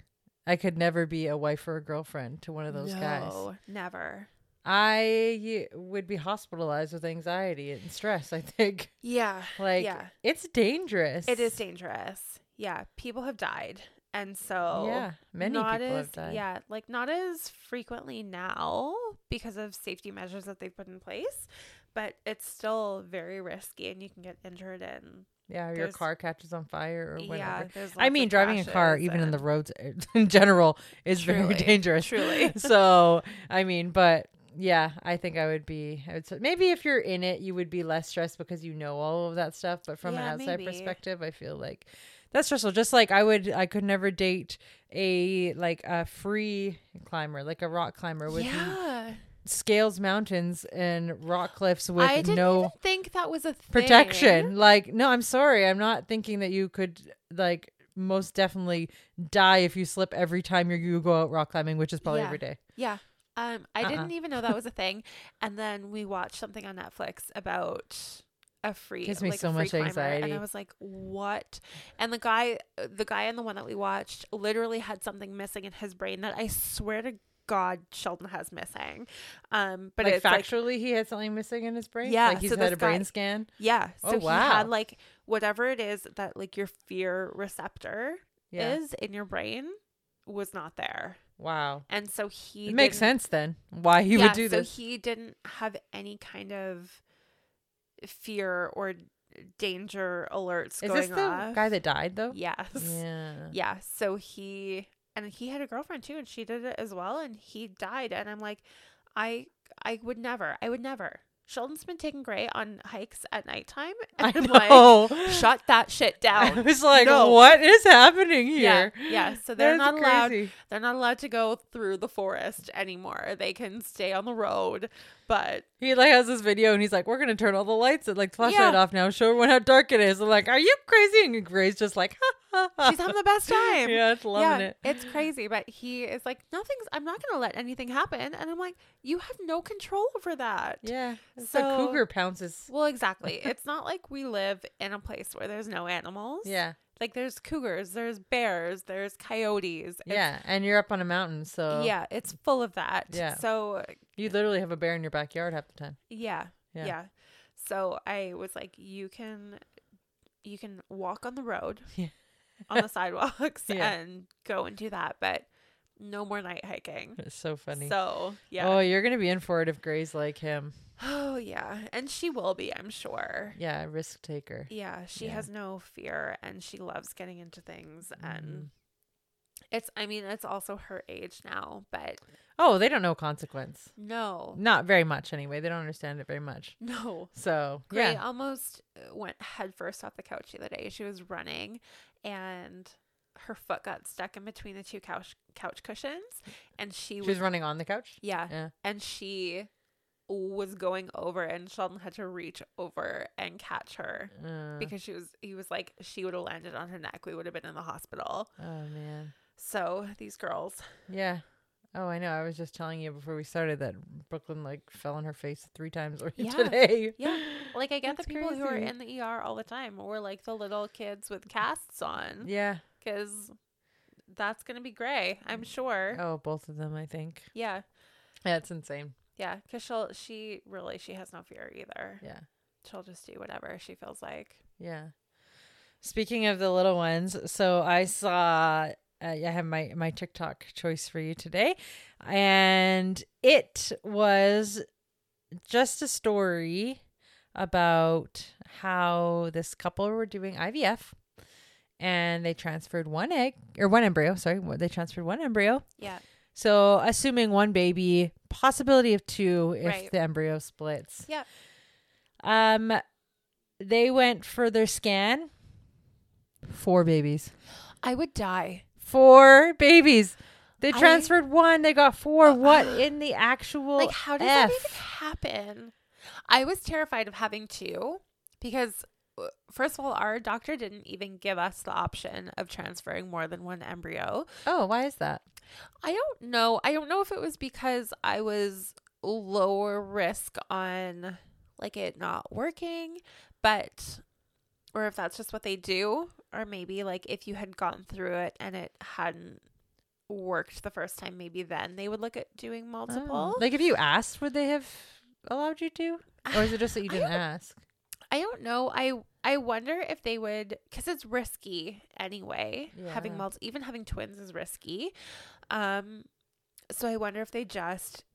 S1: I could never be a wife or a girlfriend to one of those guys.
S2: No, Never.
S1: I would be hospitalized with anxiety and stress, I think.
S2: Yeah.
S1: Like
S2: yeah.
S1: it's dangerous.
S2: It is dangerous. Yeah. People have died. And so
S1: Yeah. Many people
S2: not as,
S1: have died.
S2: Yeah, like not as frequently now because of safety measures that they've put in place, but it's still very risky and you can get injured and
S1: Yeah, or your
S2: There's-
S1: car catches on fire or whatever.
S2: yeah, there's
S1: I
S2: lots
S1: mean,
S2: of
S1: driving a car,
S2: crashes
S1: even in
S2: and-
S1: the roads eh, in general, is very
S2: Truly,
S1: dangerous.
S2: truly.
S1: so, I mean, but yeah, I think I would be. I would say, maybe if you're in it, you would be less stressed because you know all of that stuff. But from an
S2: Yeah,
S1: outside
S2: maybe.
S1: perspective, I feel like that's stressful. Just like I would, I could never date a like a free climber, like a rock climber with who
S2: yeah.
S1: scales mountains and rock cliffs with
S2: I didn't
S1: no
S2: even think that was a thing.
S1: protection. Like, no, I'm sorry. I'm not thinking that you could like most definitely die if you slip every time you you go out rock climbing, which is probably
S2: Yeah.
S1: every day.
S2: Yeah. Um, I
S1: Uh-uh.
S2: didn't even know that was a thing. And then we watched something on Netflix about a free
S1: Gives me
S2: like a
S1: so
S2: free
S1: much
S2: climber, and
S1: anxiety.
S2: I was like, "What?" And the guy, uh, the guy in the one that we watched, literally had something missing in his brain that I swear to God, Sheldon has missing. Um, but
S1: But like
S2: it's like
S1: factually, he had something missing in his brain.
S2: Yeah,
S1: like he's
S2: so
S1: had
S2: this
S1: a brain
S2: guy-
S1: scan.
S2: yeah.
S1: Oh,
S2: So he had
S1: wow.
S2: like whatever it is that like your fear receptor
S1: Yeah.
S2: is in your brain was not there,
S1: Wow.
S2: and so he
S1: It makes
S2: didn't-
S1: sense then why he
S2: yeah,
S1: would do
S2: so
S1: this.
S2: he didn't have any kind of fear or danger alerts
S1: is
S2: going
S1: this the
S2: off.
S1: guy that died though?
S2: Yes. Yeah.
S1: Yeah.
S2: So he and he had a girlfriend too, and she did it as well, and he died. And I'm like, I I would never, I would never. Sheldon's been taken gray on hikes at nighttime,
S1: I
S2: and I'm
S1: know.
S2: like, shut that shit
S1: I
S2: down.
S1: was like,
S2: No.
S1: what is happening here?
S2: Yeah, yeah. So they're
S1: That's
S2: not allowed.
S1: crazy.
S2: They're not allowed to go through the forest anymore. They can stay on the road, but
S1: He like has this video and he's like, "We're gonna turn all the lights and like flashlight
S2: Yeah.
S1: off now. Show everyone how dark it is." I'm like, "Are you crazy?" And Gray's just like, "Ha ha ha."
S2: she's having the best time.
S1: Yeah, it's loving
S2: yeah,
S1: it.
S2: It's crazy, but he is like, nothing's. I'm not gonna let anything happen, and I'm like, you have no control over that.
S1: Yeah, it's
S2: So-
S1: a cougar pounces.
S2: Well, exactly. it's not like we live in a place where there's no animals.
S1: Yeah,
S2: Like there's cougars, there's bears, there's coyotes. It's-
S1: yeah, and you're up on a mountain, so
S2: Yeah, it's full of that.
S1: Yeah.
S2: So
S1: you literally have a bear in your backyard half the time.
S2: yeah, yeah.
S1: Yeah.
S2: So I was like, you can, you can walk on the road,
S1: Yeah.
S2: on the sidewalks,
S1: Yeah.
S2: and go and do that, but no more night hiking.
S1: It's so funny.
S2: So yeah.
S1: Oh, you're gonna be in for it if Gray's like him.
S2: Oh yeah, and she will be, I'm sure.
S1: Yeah, risk taker.
S2: Yeah, she
S1: Yeah.
S2: has no fear and she loves getting into things and
S1: Mhm.
S2: it's I mean, it's also her age now, but
S1: Oh, they don't know consequence.
S2: no.
S1: Not very much anyway. They don't understand it very much.
S2: No.
S1: So
S2: Gray
S1: yeah,
S2: almost uh, went headfirst off the couch the other day. She was running and her foot got stuck in between the two couch couch cushions and she
S1: she
S2: was
S1: was running on the couch.
S2: yeah,
S1: Yeah.
S2: and she was going over and Sheldon had to reach over and catch her.
S1: Uh,
S2: because she was he was like she would have landed on her neck we would have been in the hospital
S1: oh man.
S2: so these girls
S1: Yeah. Oh, I know. I was just telling you before we started that Brooklyn like fell on her face three times already
S2: Yeah.
S1: today.
S2: Yeah. like i get
S1: That's
S2: the people who are
S1: crazy.
S2: in the er all the time or like the little kids with casts on
S1: Yeah.
S2: because that's gonna be gray i'm sure
S1: Oh, both of them. I think.
S2: yeah
S1: Yeah, it's insane.
S2: yeah because she'll she really she has no fear either
S1: Yeah.
S2: she'll just do whatever she feels like
S1: Yeah. Speaking of the little ones, so I saw uh, I have my my TikTok choice for you today, and it was just a story about how this couple were doing IVF, and they transferred one egg or one embryo. Sorry, what- they transferred one embryo.
S2: yeah
S1: So assuming one baby, possibility of two if
S2: Right.
S1: the embryo splits.
S2: Yep.
S1: Um They went for their scan. Four babies.
S2: I would die.
S1: Four babies. They
S2: I- Uh,
S1: transferred one. They got four. what in the actual?
S2: Like, how does
S1: F?
S2: that even happen? I was terrified of having two because, uh, first of all, our doctor didn't even give us the option of transferring more than one embryo.
S1: Oh, why is that?
S2: I don't know. I don't know if it was because I was lower risk on like it not working, but or if that's just what they do, or maybe like if you had gone through it and it hadn't worked the first time, maybe then they would look at doing
S1: Oh.
S2: multiple.
S1: Like if you asked, would they have allowed you to? Or is it just that you
S2: I
S1: didn't
S2: don't-
S1: ask?
S2: I don't know. I I wonder if they would cuz it's risky anyway. Having
S1: Yeah.
S2: multi even having twins is risky. Um so I wonder if they just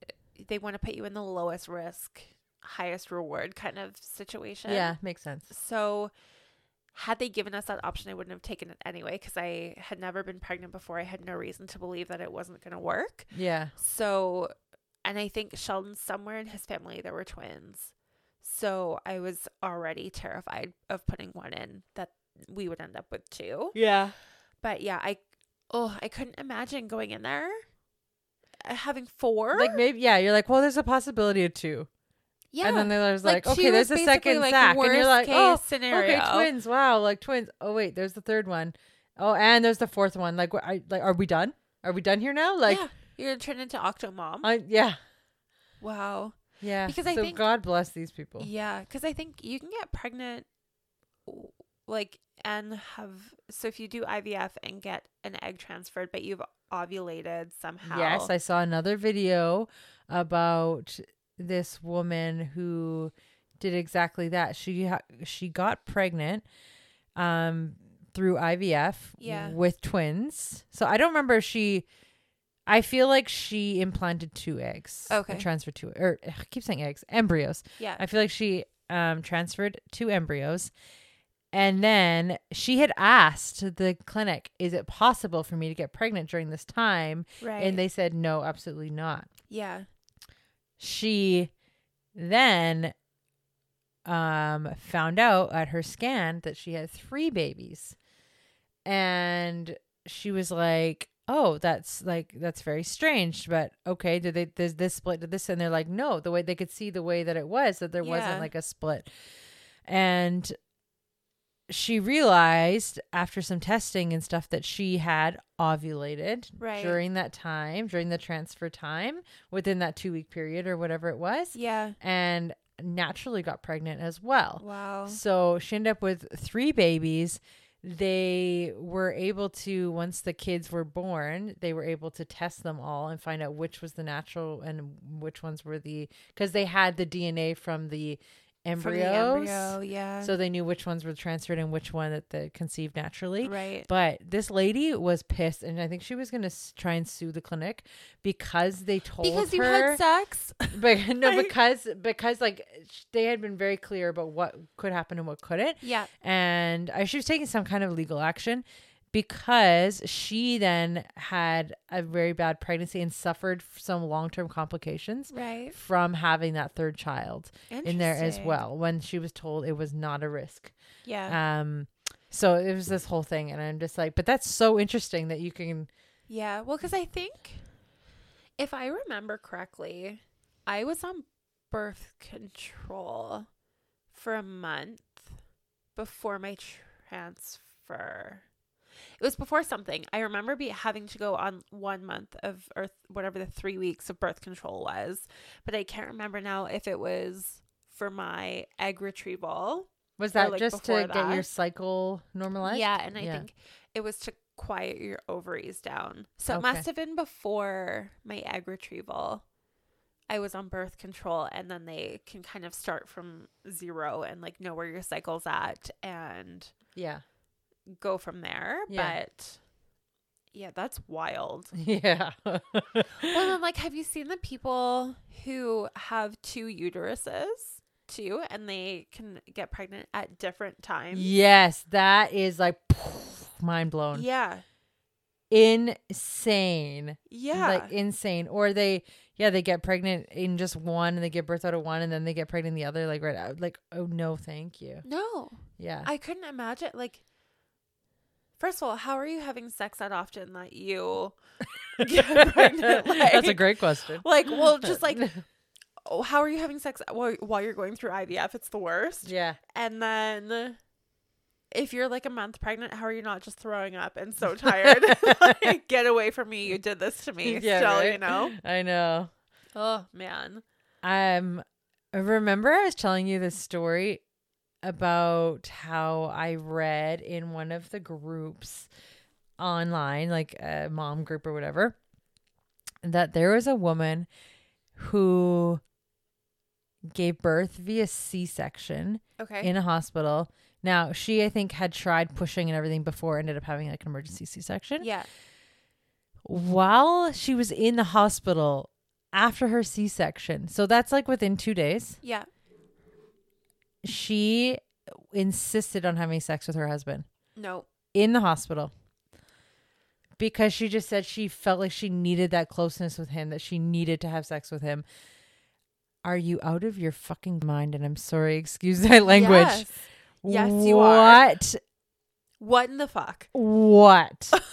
S2: they want to put you in the lowest risk, highest reward kind of situation.
S1: Yeah, makes sense.
S2: So had they given us that option, I wouldn't have taken it anyway cuz I had never been pregnant before. I had no reason to believe that it wasn't going to work.
S1: Yeah.
S2: So, and I think Sheldon, somewhere in his family, there were twins. So I was already terrified of putting one in that we would end up with two.
S1: Yeah.
S2: But yeah, I, oh, I couldn't imagine going in there uh, having four.
S1: Like maybe yeah, you're like, well, there's a possibility of two.
S2: yeah.
S1: And then there's like, okay,
S2: two
S1: there's
S2: is
S1: a
S2: basically,
S1: second sack, and you're
S2: worst
S1: like, oh,
S2: scenario.
S1: okay, twins. Wow, like twins. Oh wait, there's the third one. Oh, and there's the fourth one. Like, wh- I, like, are we done? Are we done here now? Like, Uh,
S2: yeah, you're gonna turn into Octomom.
S1: I, yeah,
S2: wow.
S1: yeah.
S2: Because I
S1: so
S2: think-
S1: God bless these people.
S2: Yeah, because I think you can get pregnant, w- like, and have. So if you do IVF and get an egg transferred, but you've ovulated somehow.
S1: Yes, I saw another video about this woman who did exactly that. She ha- she got pregnant um through IVF
S2: Yeah.
S1: with twins. So I don't remember if she I feel like she implanted two eggs. or
S2: Okay.
S1: Transferred two or ugh, I keep saying eggs, embryos.
S2: yeah.
S1: I feel like she um transferred two embryos. And then she had asked the clinic, is it possible for me to get pregnant during this time?
S2: right.
S1: And they said, no, absolutely not.
S2: yeah.
S1: She then um, found out at her scan that she had three babies. And she was like, oh, that's like, that's very strange. But okay, did they, there's this split, did this? And they're like, no, the way they could see the way that it was, that there
S2: Yeah.
S1: wasn't like a split. And she realized after some testing and stuff that she had ovulated
S2: Right.
S1: during that time, during the transfer time, within that two week period or whatever it was,
S2: Yeah.
S1: and naturally got pregnant as well.
S2: Wow.
S1: So she ended up with three babies. They were able to, once the kids were born, they were able to test them all and find out which was the natural and which ones were the, because they had the DNA from the
S2: From the
S1: embryos.
S2: embryo, yeah.
S1: So they knew which ones were transferred and which one that they conceived naturally.
S2: right.
S1: But this lady was pissed, and I think she was going to try and sue the clinic because they told
S2: Because
S1: her.
S2: you had sex.
S1: but no,
S2: Like-
S1: because because like sh- they had been very clear about what could happen and what couldn't,
S2: yeah.
S1: and uh, she was taking some kind of legal action because she then had a very bad pregnancy and suffered some long term complications
S2: Right.
S1: from having that third child in there as
S2: Interesting.
S1: well when she was told it was not a risk.
S2: Yeah.
S1: Um, so it was this whole thing, and I'm just like, but that's so interesting that you can.
S2: Yeah, well, because I think if I remember correctly, I was on birth control for a month before my transfer. It was before something. I remember be having to go on one month of or th- whatever the three weeks of birth control was, but I can't remember now if it was for my egg retrieval.
S1: Was
S2: Or,
S1: that
S2: like,
S1: just to
S2: before
S1: get your
S2: that.
S1: cycle normalized?
S2: Yeah, and I
S1: Yeah.
S2: think it was to quiet your ovaries down. So it
S1: Okay.
S2: must have been before my egg retrieval. I was on birth control, and then they can kind of start from zero and like know where your cycle's at and
S1: Yeah,
S2: go from there.
S1: Yeah.
S2: But yeah, that's wild.
S1: yeah.
S2: Well, then, like, have you seen the people who have two uteruses too, and they can get pregnant at different times?
S1: yes, that is like mind blown.
S2: Yeah.
S1: insane.
S2: Yeah.
S1: Like insane. Or they yeah, they get pregnant in just one and they give birth out of one and then they get pregnant in the other like right out like oh no, thank you.
S2: no,
S1: Yeah.
S2: I couldn't imagine. Like, first of all, how are you having sex that often that you get pregnant?
S1: That's a
S2: Like-
S1: great question.
S2: Like, well, just like, oh, how are you having sex while, while you're going through IVF? It's the worst.
S1: yeah.
S2: And then if you're like a month pregnant, how are you not just throwing up and so tired? like, get away from me. You did this to me.
S1: Yeah,
S2: Still,
S1: right?
S2: you know?
S1: I know.
S2: Oh, man.
S1: Um, remember I was telling you this story about how I read in one of the groups online, like a mom group or whatever, that there was a woman who gave birth via C-section
S2: Okay.
S1: in a hospital. Now, she I think had tried pushing and everything before, ended up having like an emergency C-section
S2: yeah.
S1: while she was in the hospital after her C-section. So that's like within 2 days.
S2: Yeah.
S1: She insisted on having sex with her husband
S2: No.
S1: in the hospital. Because she just said she felt like she needed that closeness with him, that she needed to have sex with him. Are you out of your fucking mind? And I'm sorry, excuse my language.
S2: Yes. Yes, you are.
S1: What
S2: What in the fuck?
S1: what?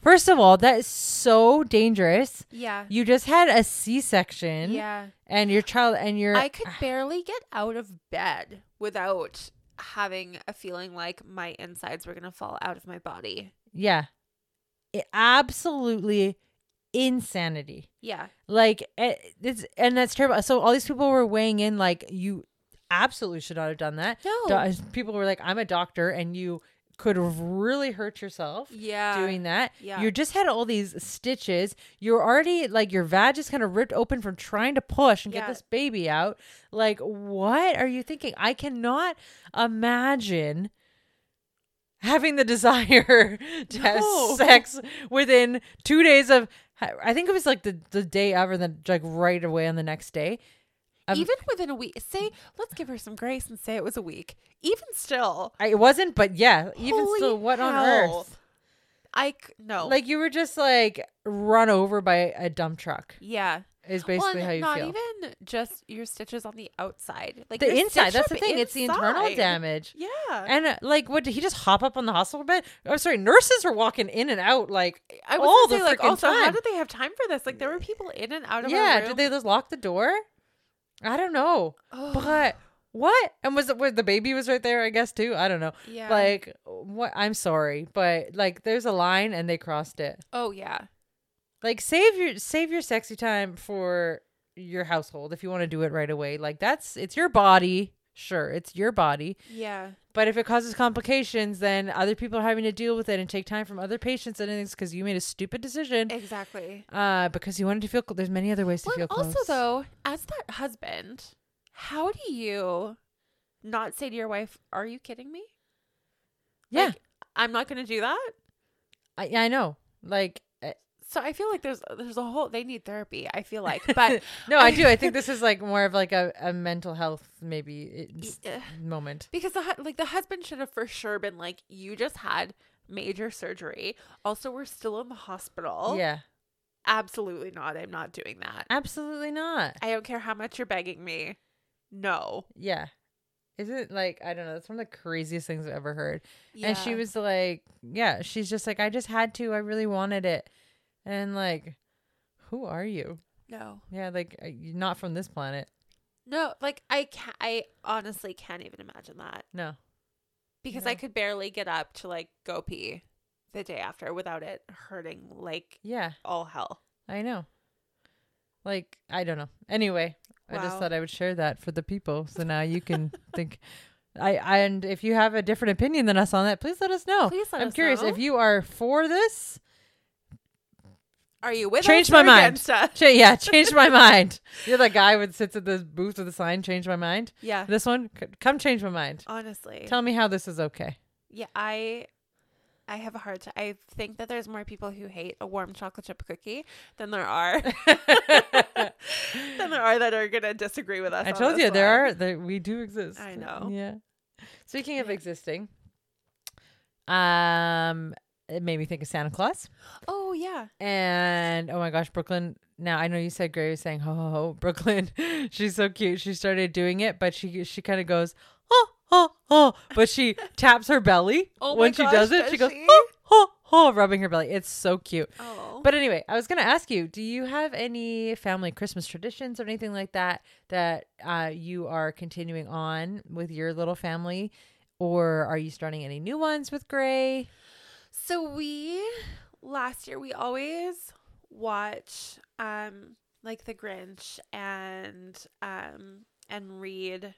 S1: First of all, that is so dangerous.
S2: Yeah.
S1: You just had a C-section,
S2: Yeah.
S1: and your child, and your
S2: I could barely get out of bed without having a feeling like my insides were going to fall out of my body.
S1: yeah, I- absolutely insanity.
S2: Yeah.
S1: Like eh, it's and that's terrible. So all these people were weighing in, like you absolutely should not have done that.
S2: No.
S1: Do- people were like, "I'm a doctor, and you could have really hurt yourself."
S2: yeah.
S1: doing that.
S2: yeah.
S1: You just had all these stitches. You're already like your vag is kind of ripped open from trying to push and
S2: Yeah.
S1: get this baby out. Like, what are you thinking? I cannot imagine having the desire to
S2: No.
S1: have sex within two days of. I think it was like the the day of, or the like right away on the next day. Um,
S2: Even within a week, say, let's give her some grace and say it was a week. Even still,
S1: I, it wasn't, but yeah, even
S2: Holy
S1: still, what on
S2: hell.
S1: earth?
S2: I c- no.
S1: Like you were just like run over by a dump truck.
S2: yeah.
S1: Is
S2: Well,
S1: basically
S2: and
S1: how you
S2: not
S1: feel.
S2: even just your stitches on the outside, like
S1: the
S2: your
S1: inside.
S2: stitch
S1: That's the
S2: up
S1: thing. It's the internal
S2: inside.
S1: damage.
S2: Yeah.
S1: And uh, like, what did he just hop up on the hospital bed? I'm sorry, nurses were walking in and out like
S2: I was
S1: all
S2: gonna
S1: the
S2: say, like,
S1: freaking
S2: also, how
S1: time.
S2: did they have time for this? Like, there were people in and out of our
S1: yeah,
S2: room.
S1: did they just lock the door? I don't know,
S2: Ugh.
S1: but what? And was it was the baby was right there? I guess too. I don't know.
S2: yeah.
S1: Like what? I'm sorry, but like, there's a line and they crossed it.
S2: oh yeah,
S1: Like save your save your sexy time for your household if you want to do it right away. Like that's it's your body. Sure, it's your body.
S2: yeah,
S1: But if it causes complications, then other people are having to deal with it and take time from other patients and things because you made a stupid decision.
S2: exactly.
S1: Uh, because you wanted to feel. Cl- There's many other ways to
S2: Well,
S1: feel.
S2: and also
S1: close.
S2: though, as that husband, how do you not say to your wife, "Are you kidding me?
S1: yeah,
S2: like- I'm not going to do that."
S1: I, yeah, I know. Like, uh,
S2: So I feel like there's there's a whole they need therapy. I feel like, but
S1: no, I do. I think this is like more of like a, a mental health maybe it's
S2: Yeah.
S1: moment.
S2: because the hu- like the husband should have for sure been like, "You just had major surgery. Also, we're still in the hospital.
S1: Yeah,
S2: Absolutely not. I'm not doing that.
S1: absolutely not.
S2: I don't care how much you're begging me. No.
S1: Yeah, isn't it like I don't know. That's one of the craziest things I've ever heard. And she
S2: Yeah.
S1: was like, yeah, she's just like, I just had to. I really wanted it. And like, who are you?
S2: no,
S1: Yeah, like uh, you're not from this planet.
S2: no. Like I can I honestly can't even imagine that
S1: No.
S2: because I
S1: No.
S2: could barely get up to like go pee the day after without it hurting like
S1: Yeah,
S2: all hell.
S1: I know. Like I don't know. Anyway, I just
S2: Wow.
S1: thought I would share that for the people. So now you can think. I and if you have a different opinion than us on that, please let us know.
S2: Please let
S1: Oh, I'm
S2: us
S1: curious
S2: know.
S1: if you are for this.
S2: Are you with
S1: Change
S2: us
S1: my
S2: or
S1: mind.
S2: against us?
S1: Ch- yeah, change my mind. You're the guy who sits at the booth with a sign. Change my mind.
S2: Yeah.
S1: This one, c- come change my mind.
S2: Honestly.
S1: Tell me how this is okay.
S2: yeah, I I have a hard time. I think that there's more people who hate a warm chocolate chip cookie than there are than there are that are gonna disagree with us.
S1: I
S2: on
S1: told
S2: this
S1: you there
S2: one.
S1: are there, we do exist.
S2: I know.
S1: Yeah. Speaking of
S2: Yeah.
S1: existing, um, it made me think of Santa Claus.
S2: Oh yeah.
S1: And oh my gosh, Brooklyn. Now I know you said Gray was saying ho ho ho. Brooklyn, she's so cute. She started doing it, but she she kind of goes ho ho ho. But she taps her belly
S2: Oh my
S1: when she does
S2: gosh,
S1: it. She
S2: does
S1: goes
S2: she?
S1: ho ho ho, rubbing her belly. It's so cute.
S2: Oh.
S1: But anyway, I was gonna ask you: Do you have any family Christmas traditions or anything like that that uh, you are continuing on with your little family, or are you starting any new ones with Gray?
S2: So we last year we always watch um like The Grinch and um and read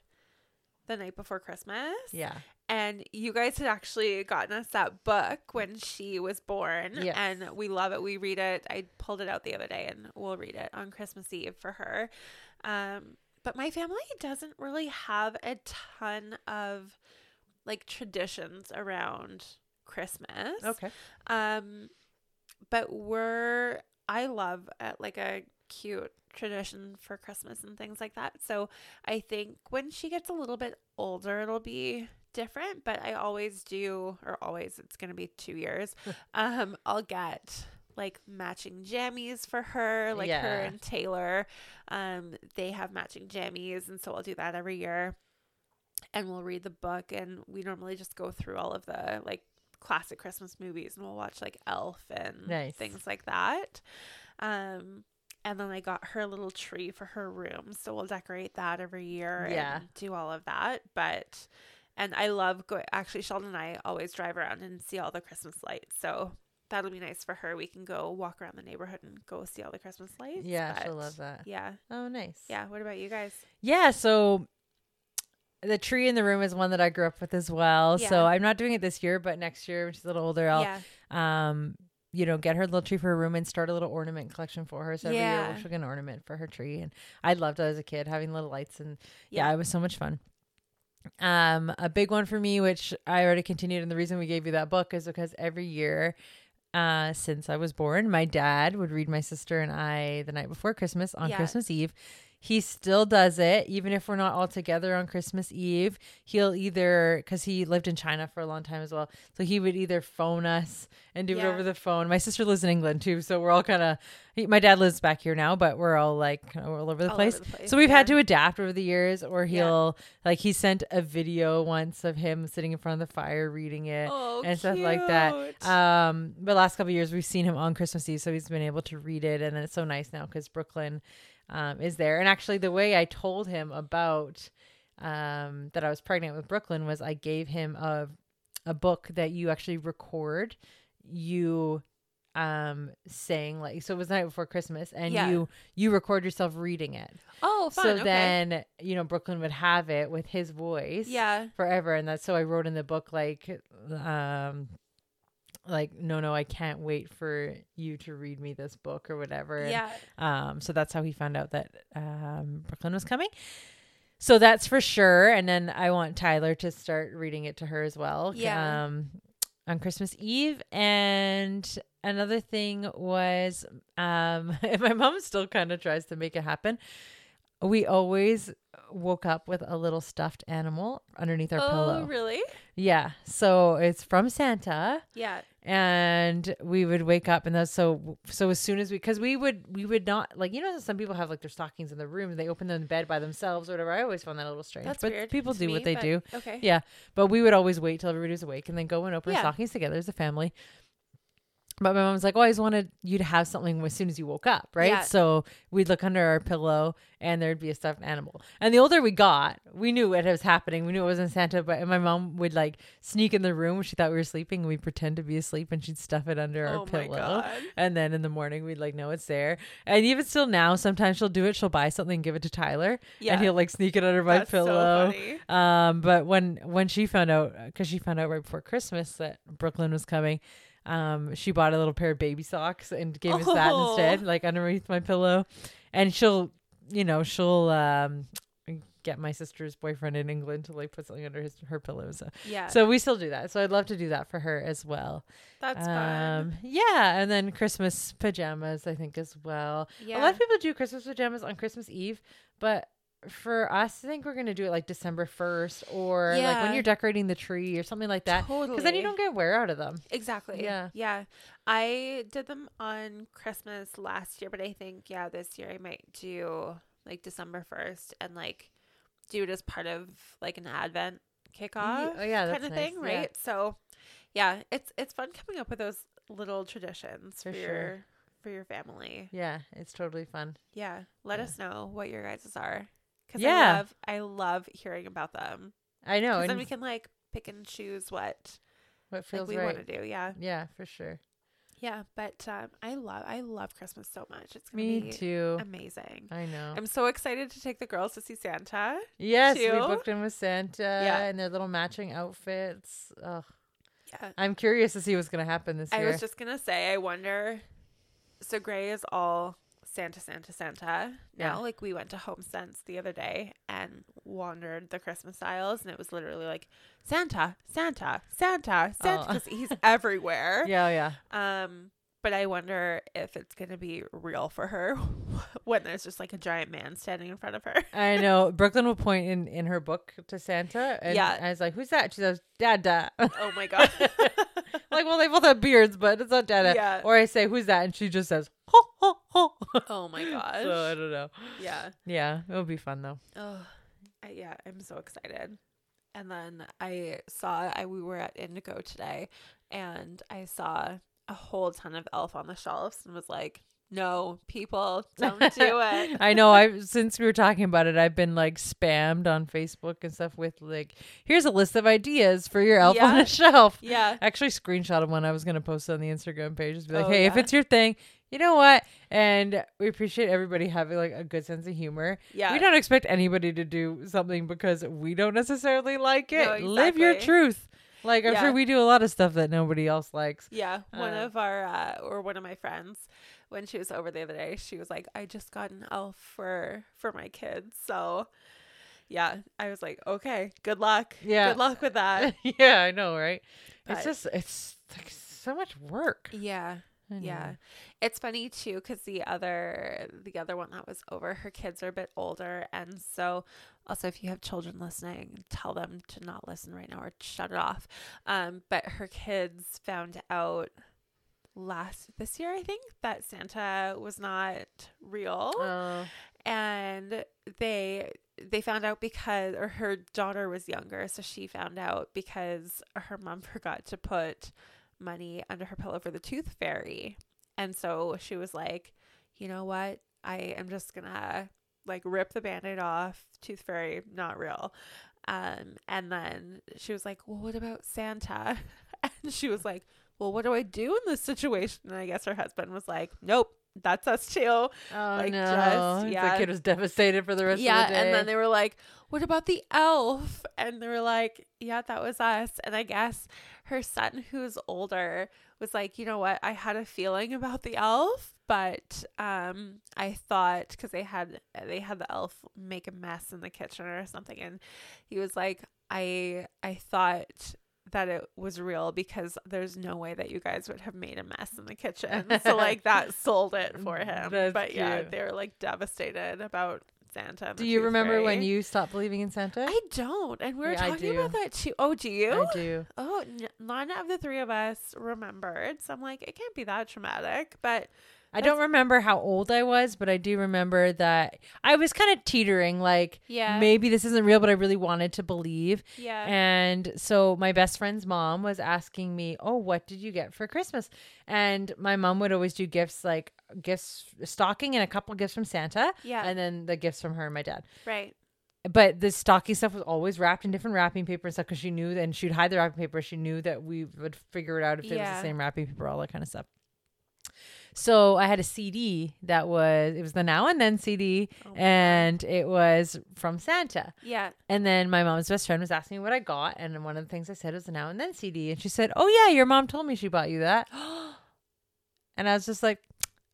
S2: The Night Before Christmas.
S1: Yeah,
S2: And you guys had actually gotten us that book when she was born
S1: Yes.
S2: and we love it. We read it. I pulled it out the other day and we'll read it on Christmas Eve for her. Um but my family doesn't really have a ton of like traditions around Christmas.
S1: okay,
S2: Um, but we're I love uh, like a cute tradition for Christmas and things like that. So I think when she gets a little bit older, it'll be different. But I always do, or always it's gonna be two years. um, I'll get like matching jammies for her, like her
S1: Yeah.
S2: and Taylor. Um, they have matching jammies, and so I'll do that every year. And we'll read the book, and we normally just go through all of the like classic Christmas movies and we'll watch like Elf and
S1: Nice.
S2: things like that. Um, and then I got her a little tree for her room. So we'll decorate that every year
S1: Yeah.
S2: and do all of that. But, and I love going, actually, Sheldon and I always drive around and see all the Christmas lights. So that'll be nice for her. We can go walk around the neighborhood and go see all the Christmas lights.
S1: yeah, she'll
S2: but-
S1: love that.
S2: Yeah.
S1: Oh, nice.
S2: Yeah. What about you guys?
S1: Yeah, so the tree in the room is one that I grew up with as well.
S2: Yeah.
S1: So I'm not doing it this year, but next year when she's a little older, I'll
S2: yeah.
S1: um you know get her a little tree for her room and start a little ornament collection for her. So every
S2: Yeah.
S1: year she'll get an ornament for her tree, and I loved it as a kid having little lights and yeah,
S2: Yeah.
S1: it was so much fun. Um, a big one for me, which I already continued, and the reason we gave you that book is because every year. Uh, since I was born, my dad would read my sister and I the night before Christmas on
S2: Yeah.
S1: Christmas Eve. He still does it, even if we're not all together on Christmas Eve. He'll either, because he lived in China for a long time as well, so he would either phone us and do it
S2: Yeah.
S1: over the phone. My sister lives in England too, so we're all kind of. My dad lives back here now, but we're all like kind of all over the,
S2: All over
S1: place.
S2: the place,
S1: So we've had
S2: yeah.
S1: to adapt over the years, or
S2: Yeah.
S1: he'll like he sent a video once of him sitting in front of the fire reading it
S2: Oh,
S1: and stuff like that.
S2: cute.
S1: Um, but last couple of years we've seen him on Christmas Eve, so he's been able to read it, and it's so nice now because Brooklyn um, is there. And actually, the way I told him about um, that I was pregnant with Brooklyn was I gave him a a book that you actually record you um saying like so it was the night before christmas and
S2: Yeah.
S1: you you record yourself reading it
S2: Oh, fun.
S1: so
S2: okay.
S1: then you know brooklyn would have it with his voice
S2: yeah.
S1: forever and that's so i wrote in the book like um like no no i can't wait for you to read me this book or whatever And,
S2: Yeah.
S1: um so that's how he found out that um brooklyn was coming so that's for sure and then i want tyler to start reading it to her as well
S2: Yeah.
S1: um on christmas eve and another thing was um and my mom still kind of tries to make it happen we always woke up with a little stuffed animal underneath our
S2: oh,
S1: pillow.
S2: really?
S1: Yeah. So it's from Santa
S2: Yeah.
S1: and we would wake up and that's so so as soon as we cuz we would we would not like you know some people have like their stockings in the room and they open them in bed by themselves or whatever. I always found that a little strange.
S2: That's
S1: but
S2: weird.
S1: people
S2: to
S1: do
S2: me,
S1: what they
S2: but-
S1: do.
S2: Okay.
S1: Yeah. But we would always wait till everybody was awake and then go and open our
S2: Yeah.
S1: stockings together as a family. But my mom was like, "Oh, I always wanted you to have something as soon as you woke up, right?
S2: Yeah.
S1: So we'd look under our pillow and there'd be a stuffed animal. And the older we got, we knew what was happening. We knew it wasn't Santa, but and my mom would like sneak in the room when she thought we were sleeping. And we'd pretend to be asleep and she'd stuff it under our
S2: Oh my
S1: pillow.
S2: God.
S1: And then in the morning, we'd like know it's there. And even still now, sometimes she'll do it. She'll buy something and give it to Tyler.
S2: Yeah.
S1: And he'll like sneak it under my
S2: That's so
S1: pillow.
S2: funny.
S1: Um, but when when she found out, because she found out right before Christmas that Brooklyn was coming, um, she bought a little pair of baby socks and gave us that
S2: Oh.
S1: instead, like underneath my pillow. And she'll, you know, she'll um, get my sister's boyfriend in England to like put something under his her pillow. So,
S2: Yeah.
S1: so we still do that. So I'd love to do that for her as well.
S2: that's
S1: um,
S2: fun.
S1: yeah, and then Christmas pajamas, I think as well. A
S2: Yeah.
S1: lot of people do Christmas pajamas on Christmas Eve, but for us, I think we're gonna do it like December first, or like
S2: Yeah.
S1: when you're decorating the tree or something like that. Because
S2: Totally.
S1: then you don't get wear out of them.
S2: Exactly.
S1: Yeah.
S2: Yeah. I did them on Christmas last year, but I think, yeah, this year I might do like December 1st and like do it as part of like an Advent kickoff
S1: oh, yeah,
S2: kind
S1: that's
S2: of
S1: nice.
S2: thing,
S1: Yeah.
S2: right? So, yeah, it's it's fun coming up with those little traditions
S1: For
S2: for,
S1: sure.
S2: your for your family.
S1: Yeah, it's totally fun.
S2: Yeah. Let
S1: Yeah.
S2: us know what your guys' are. Because
S1: Yeah.
S2: I love I love hearing about them.
S1: I know,
S2: 'Cause
S1: and
S2: then we can like pick and choose what
S1: what
S2: like,
S1: feels
S2: we
S1: right.
S2: want to do. Yeah.
S1: Yeah, for sure.
S2: Yeah, but um, I love I love Christmas so much. It's gonna
S1: Me
S2: be
S1: too.
S2: amazing.
S1: I know.
S2: I'm so excited to take the girls to see Santa.
S1: Yes, we
S2: too.
S1: booked in with Santa
S2: Yeah.
S1: and their little matching outfits. Ugh.
S2: Yeah,
S1: I'm curious to see what's gonna happen this
S2: I
S1: year.
S2: was just gonna say, I wonder. So Gray is all Santa, Santa, Santa now.
S1: Yeah.
S2: Like we went to Home Sense the other day and wandered the Christmas aisles, and it was literally like Santa, Santa, Santa, Santa,
S1: Oh.
S2: because he's everywhere.
S1: yeah, yeah.
S2: Um, but I wonder if it's gonna be real for her when there's just like a giant man standing in front of her.
S1: I know. Brooklyn will point in in her book to Santa, and
S2: Yeah.
S1: I was like, "Who's that?" She says, "Dada."
S2: Oh my god.
S1: like, well, they both have beards, but it's not Dada.
S2: Yeah.
S1: Or I say, "Who's that?" and she just says, "Ho ho ho."
S2: oh my gosh.
S1: So I don't know.
S2: yeah.
S1: Yeah, it'll be fun though.
S2: Oh, I, yeah. I'm so excited. And then I saw I we were at Indigo today, and I saw a whole ton of Elf on the shelves, and was like, "No, people, don't do it."
S1: I know. I since we were talking about it, I've been like spammed on Facebook and stuff with like, "Here's a list of ideas for your elf on
S2: Yeah.
S1: a shelf."
S2: yeah.
S1: actually screenshotted one I was gonna post on the Instagram page. Just be like,
S2: Oh,
S1: hey, if
S2: yeah.
S1: it's your thing, you know what? And we appreciate everybody having like a good sense of humor.
S2: Yeah.
S1: We don't expect anybody to do something because we don't necessarily like it.
S2: No,
S1: Live your
S2: exactly.
S1: truth. Like I'm
S2: Yeah.
S1: sure we do a lot of stuff that nobody else likes.
S2: Yeah, one
S1: Uh,
S2: of our uh, or one of my friends, when she was over the other day, she was like, "I just got an elf for for my kids." So, yeah, I was like, "Okay, good luck.
S1: Yeah.
S2: good luck with that."
S1: yeah, I know, right?
S2: But-
S1: it's just it's like so much work.
S2: yeah,
S1: I
S2: yeah,
S1: know.
S2: it's funny too because the other the other one that was over, her kids are a bit older, and so also if you have children listening, tell them to not listen right now or shut it off. Um, but her kids found out last this year i think that santa was not real
S1: Uh,
S2: and they they found out because or her daughter was younger so she found out because her mom forgot to put money under her pillow for the tooth fairy and so she was like you know what i am just gonna like rip the band-aid off tooth fairy not real um and then she was like well what about santa and she was like well what do i do in this situation and i guess her husband was like nope that's us too
S1: oh
S2: Like,
S1: no!
S2: just-
S1: The
S2: yeah.
S1: kid was devastated for the rest
S2: yeah,
S1: of the day.
S2: and then they were like, "What about the elf?" And they were like, "Yeah, that was us." And I guess her son, who's older, was like, "You know what? I had a feeling about the elf, but um, I thought because they had they had the elf make a mess in the kitchen or something, and he was like, I I thought." That it was real because there's no way that you guys would have made a mess in the kitchen. So like that sold it for him.
S1: That's
S2: but yeah,
S1: cute.
S2: they were like devastated about Santa. and
S1: do
S2: the
S1: you
S2: Tooth
S1: remember when
S2: Fairy.
S1: you stopped believing in Santa?
S2: I don't, and we were
S1: Yeah, I
S2: talking about
S1: do.
S2: that too. Oh, do you?
S1: I do.
S2: Oh, n- none of the three of us remembered. So I'm like, it can't be that traumatic, but
S1: I don't remember how old I was, but I do remember that I was kind of teetering, like
S2: Yeah.
S1: maybe this isn't real, but I really wanted to believe.
S2: yeah,
S1: And so my best friend's mom was asking me, "Oh, what did you get for Christmas?" And my mom would always do gifts like gifts stocking and a couple gifts from Santa,
S2: Yeah.
S1: and then the gifts from her and my dad.
S2: right,
S1: But the stocking stuff was always wrapped in different wrapping paper and stuff because she knew, and she'd hide the wrapping paper. She knew that we would figure it out if it was the
S2: Yeah.
S1: same wrapping paper, all that kind of stuff. So I had a CD that was it was the Now and Then CD,
S2: Oh my God.
S1: and it was from Santa.
S2: yeah,
S1: And then my mom's best friend was asking me what I got, and one of the things I said was the Now and Then CD, and she said, "Oh yeah, your mom told me she bought you that,"
S2: oh
S1: and I was just like,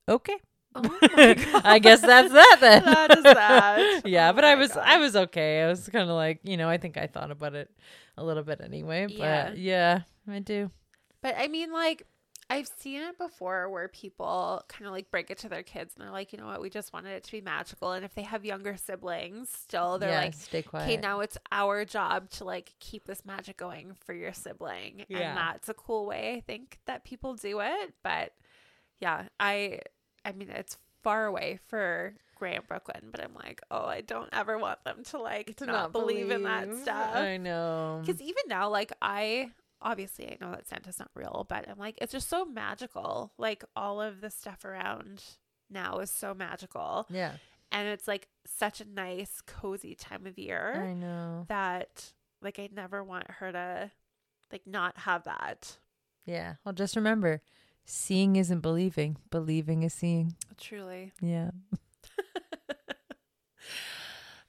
S1: "Okay."
S2: Oh my god,
S1: I guess that's that then.
S2: That is that.
S1: yeah,
S2: Oh
S1: but I
S2: my
S1: was
S2: God.
S1: I was okay. I was kind of like you know I think I thought about it a little bit anyway. But
S2: Yeah.
S1: yeah, I do.
S2: But I mean, like, I've seen it before where people kind of like break it to their kids and they're like, you know what, we just wanted it to be magical. And if they have younger siblings, still they're
S1: yeah,
S2: like,
S1: stay quiet.
S2: okay, now it's our job to like keep this magic going for your sibling.
S1: Yeah.
S2: And that's a cool way, I think, that people do it. But yeah, I, I mean, it's far away for Gray and Brooklyn, but I'm like, oh, I don't ever want them to like to not, believe, in that
S1: believe.
S2: stuff.
S1: I know.
S2: Because even now, like I obviously I know that Santa's not real, but I'm like, it's just so magical. Like all of the stuff around now is so magical,
S1: Yeah,
S2: and it's like such a nice, cozy time of year
S1: I know.
S2: that like I never want her to like not have that.
S1: Yeah. Well, just remember, seeing isn't believing. Believing is seeing.
S2: Truly,
S1: Yeah.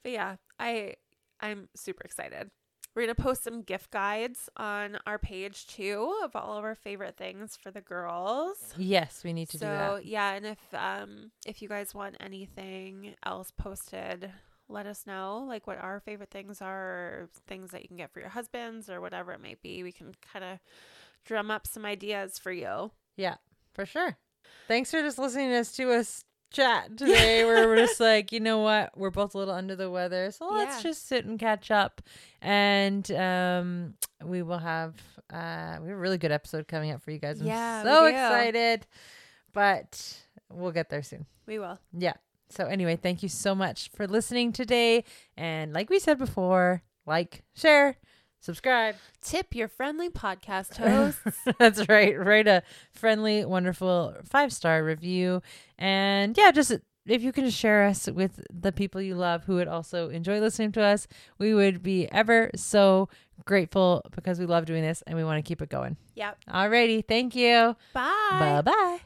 S2: but yeah, I I'm super excited. We're gonna post some gift guides on our page too of all of our favorite things for the girls.
S1: Yes, we need to do
S2: so
S1: that.
S2: yeah and if um if you guys want anything else posted let us know like what our favorite things are or things that you can get for your husbands or whatever it might be we can kind of drum up some ideas for you
S1: Yeah, for sure. Thanks for just listening to us to us chat today where we're just like, you know what? We're both a little under the weather. So let's
S2: Yeah.
S1: just sit and catch up. And um we will have uh we have a really good episode coming up for you guys. I'm
S2: Yeah, we
S1: so
S2: do.
S1: excited. But we'll get there soon.
S2: we will
S1: Yeah. So anyway, thank you so much for listening today. And like we said before, like, share, subscribe.
S2: tip your friendly podcast hosts
S1: That's right. Write a friendly, wonderful five star review. And yeah, just if you can share us with the people you love who would also enjoy listening to us, we would be ever so grateful because we love doing this and we want to keep it going.
S2: yep
S1: Alrighty. Thank you.
S2: bye
S1: Bye bye.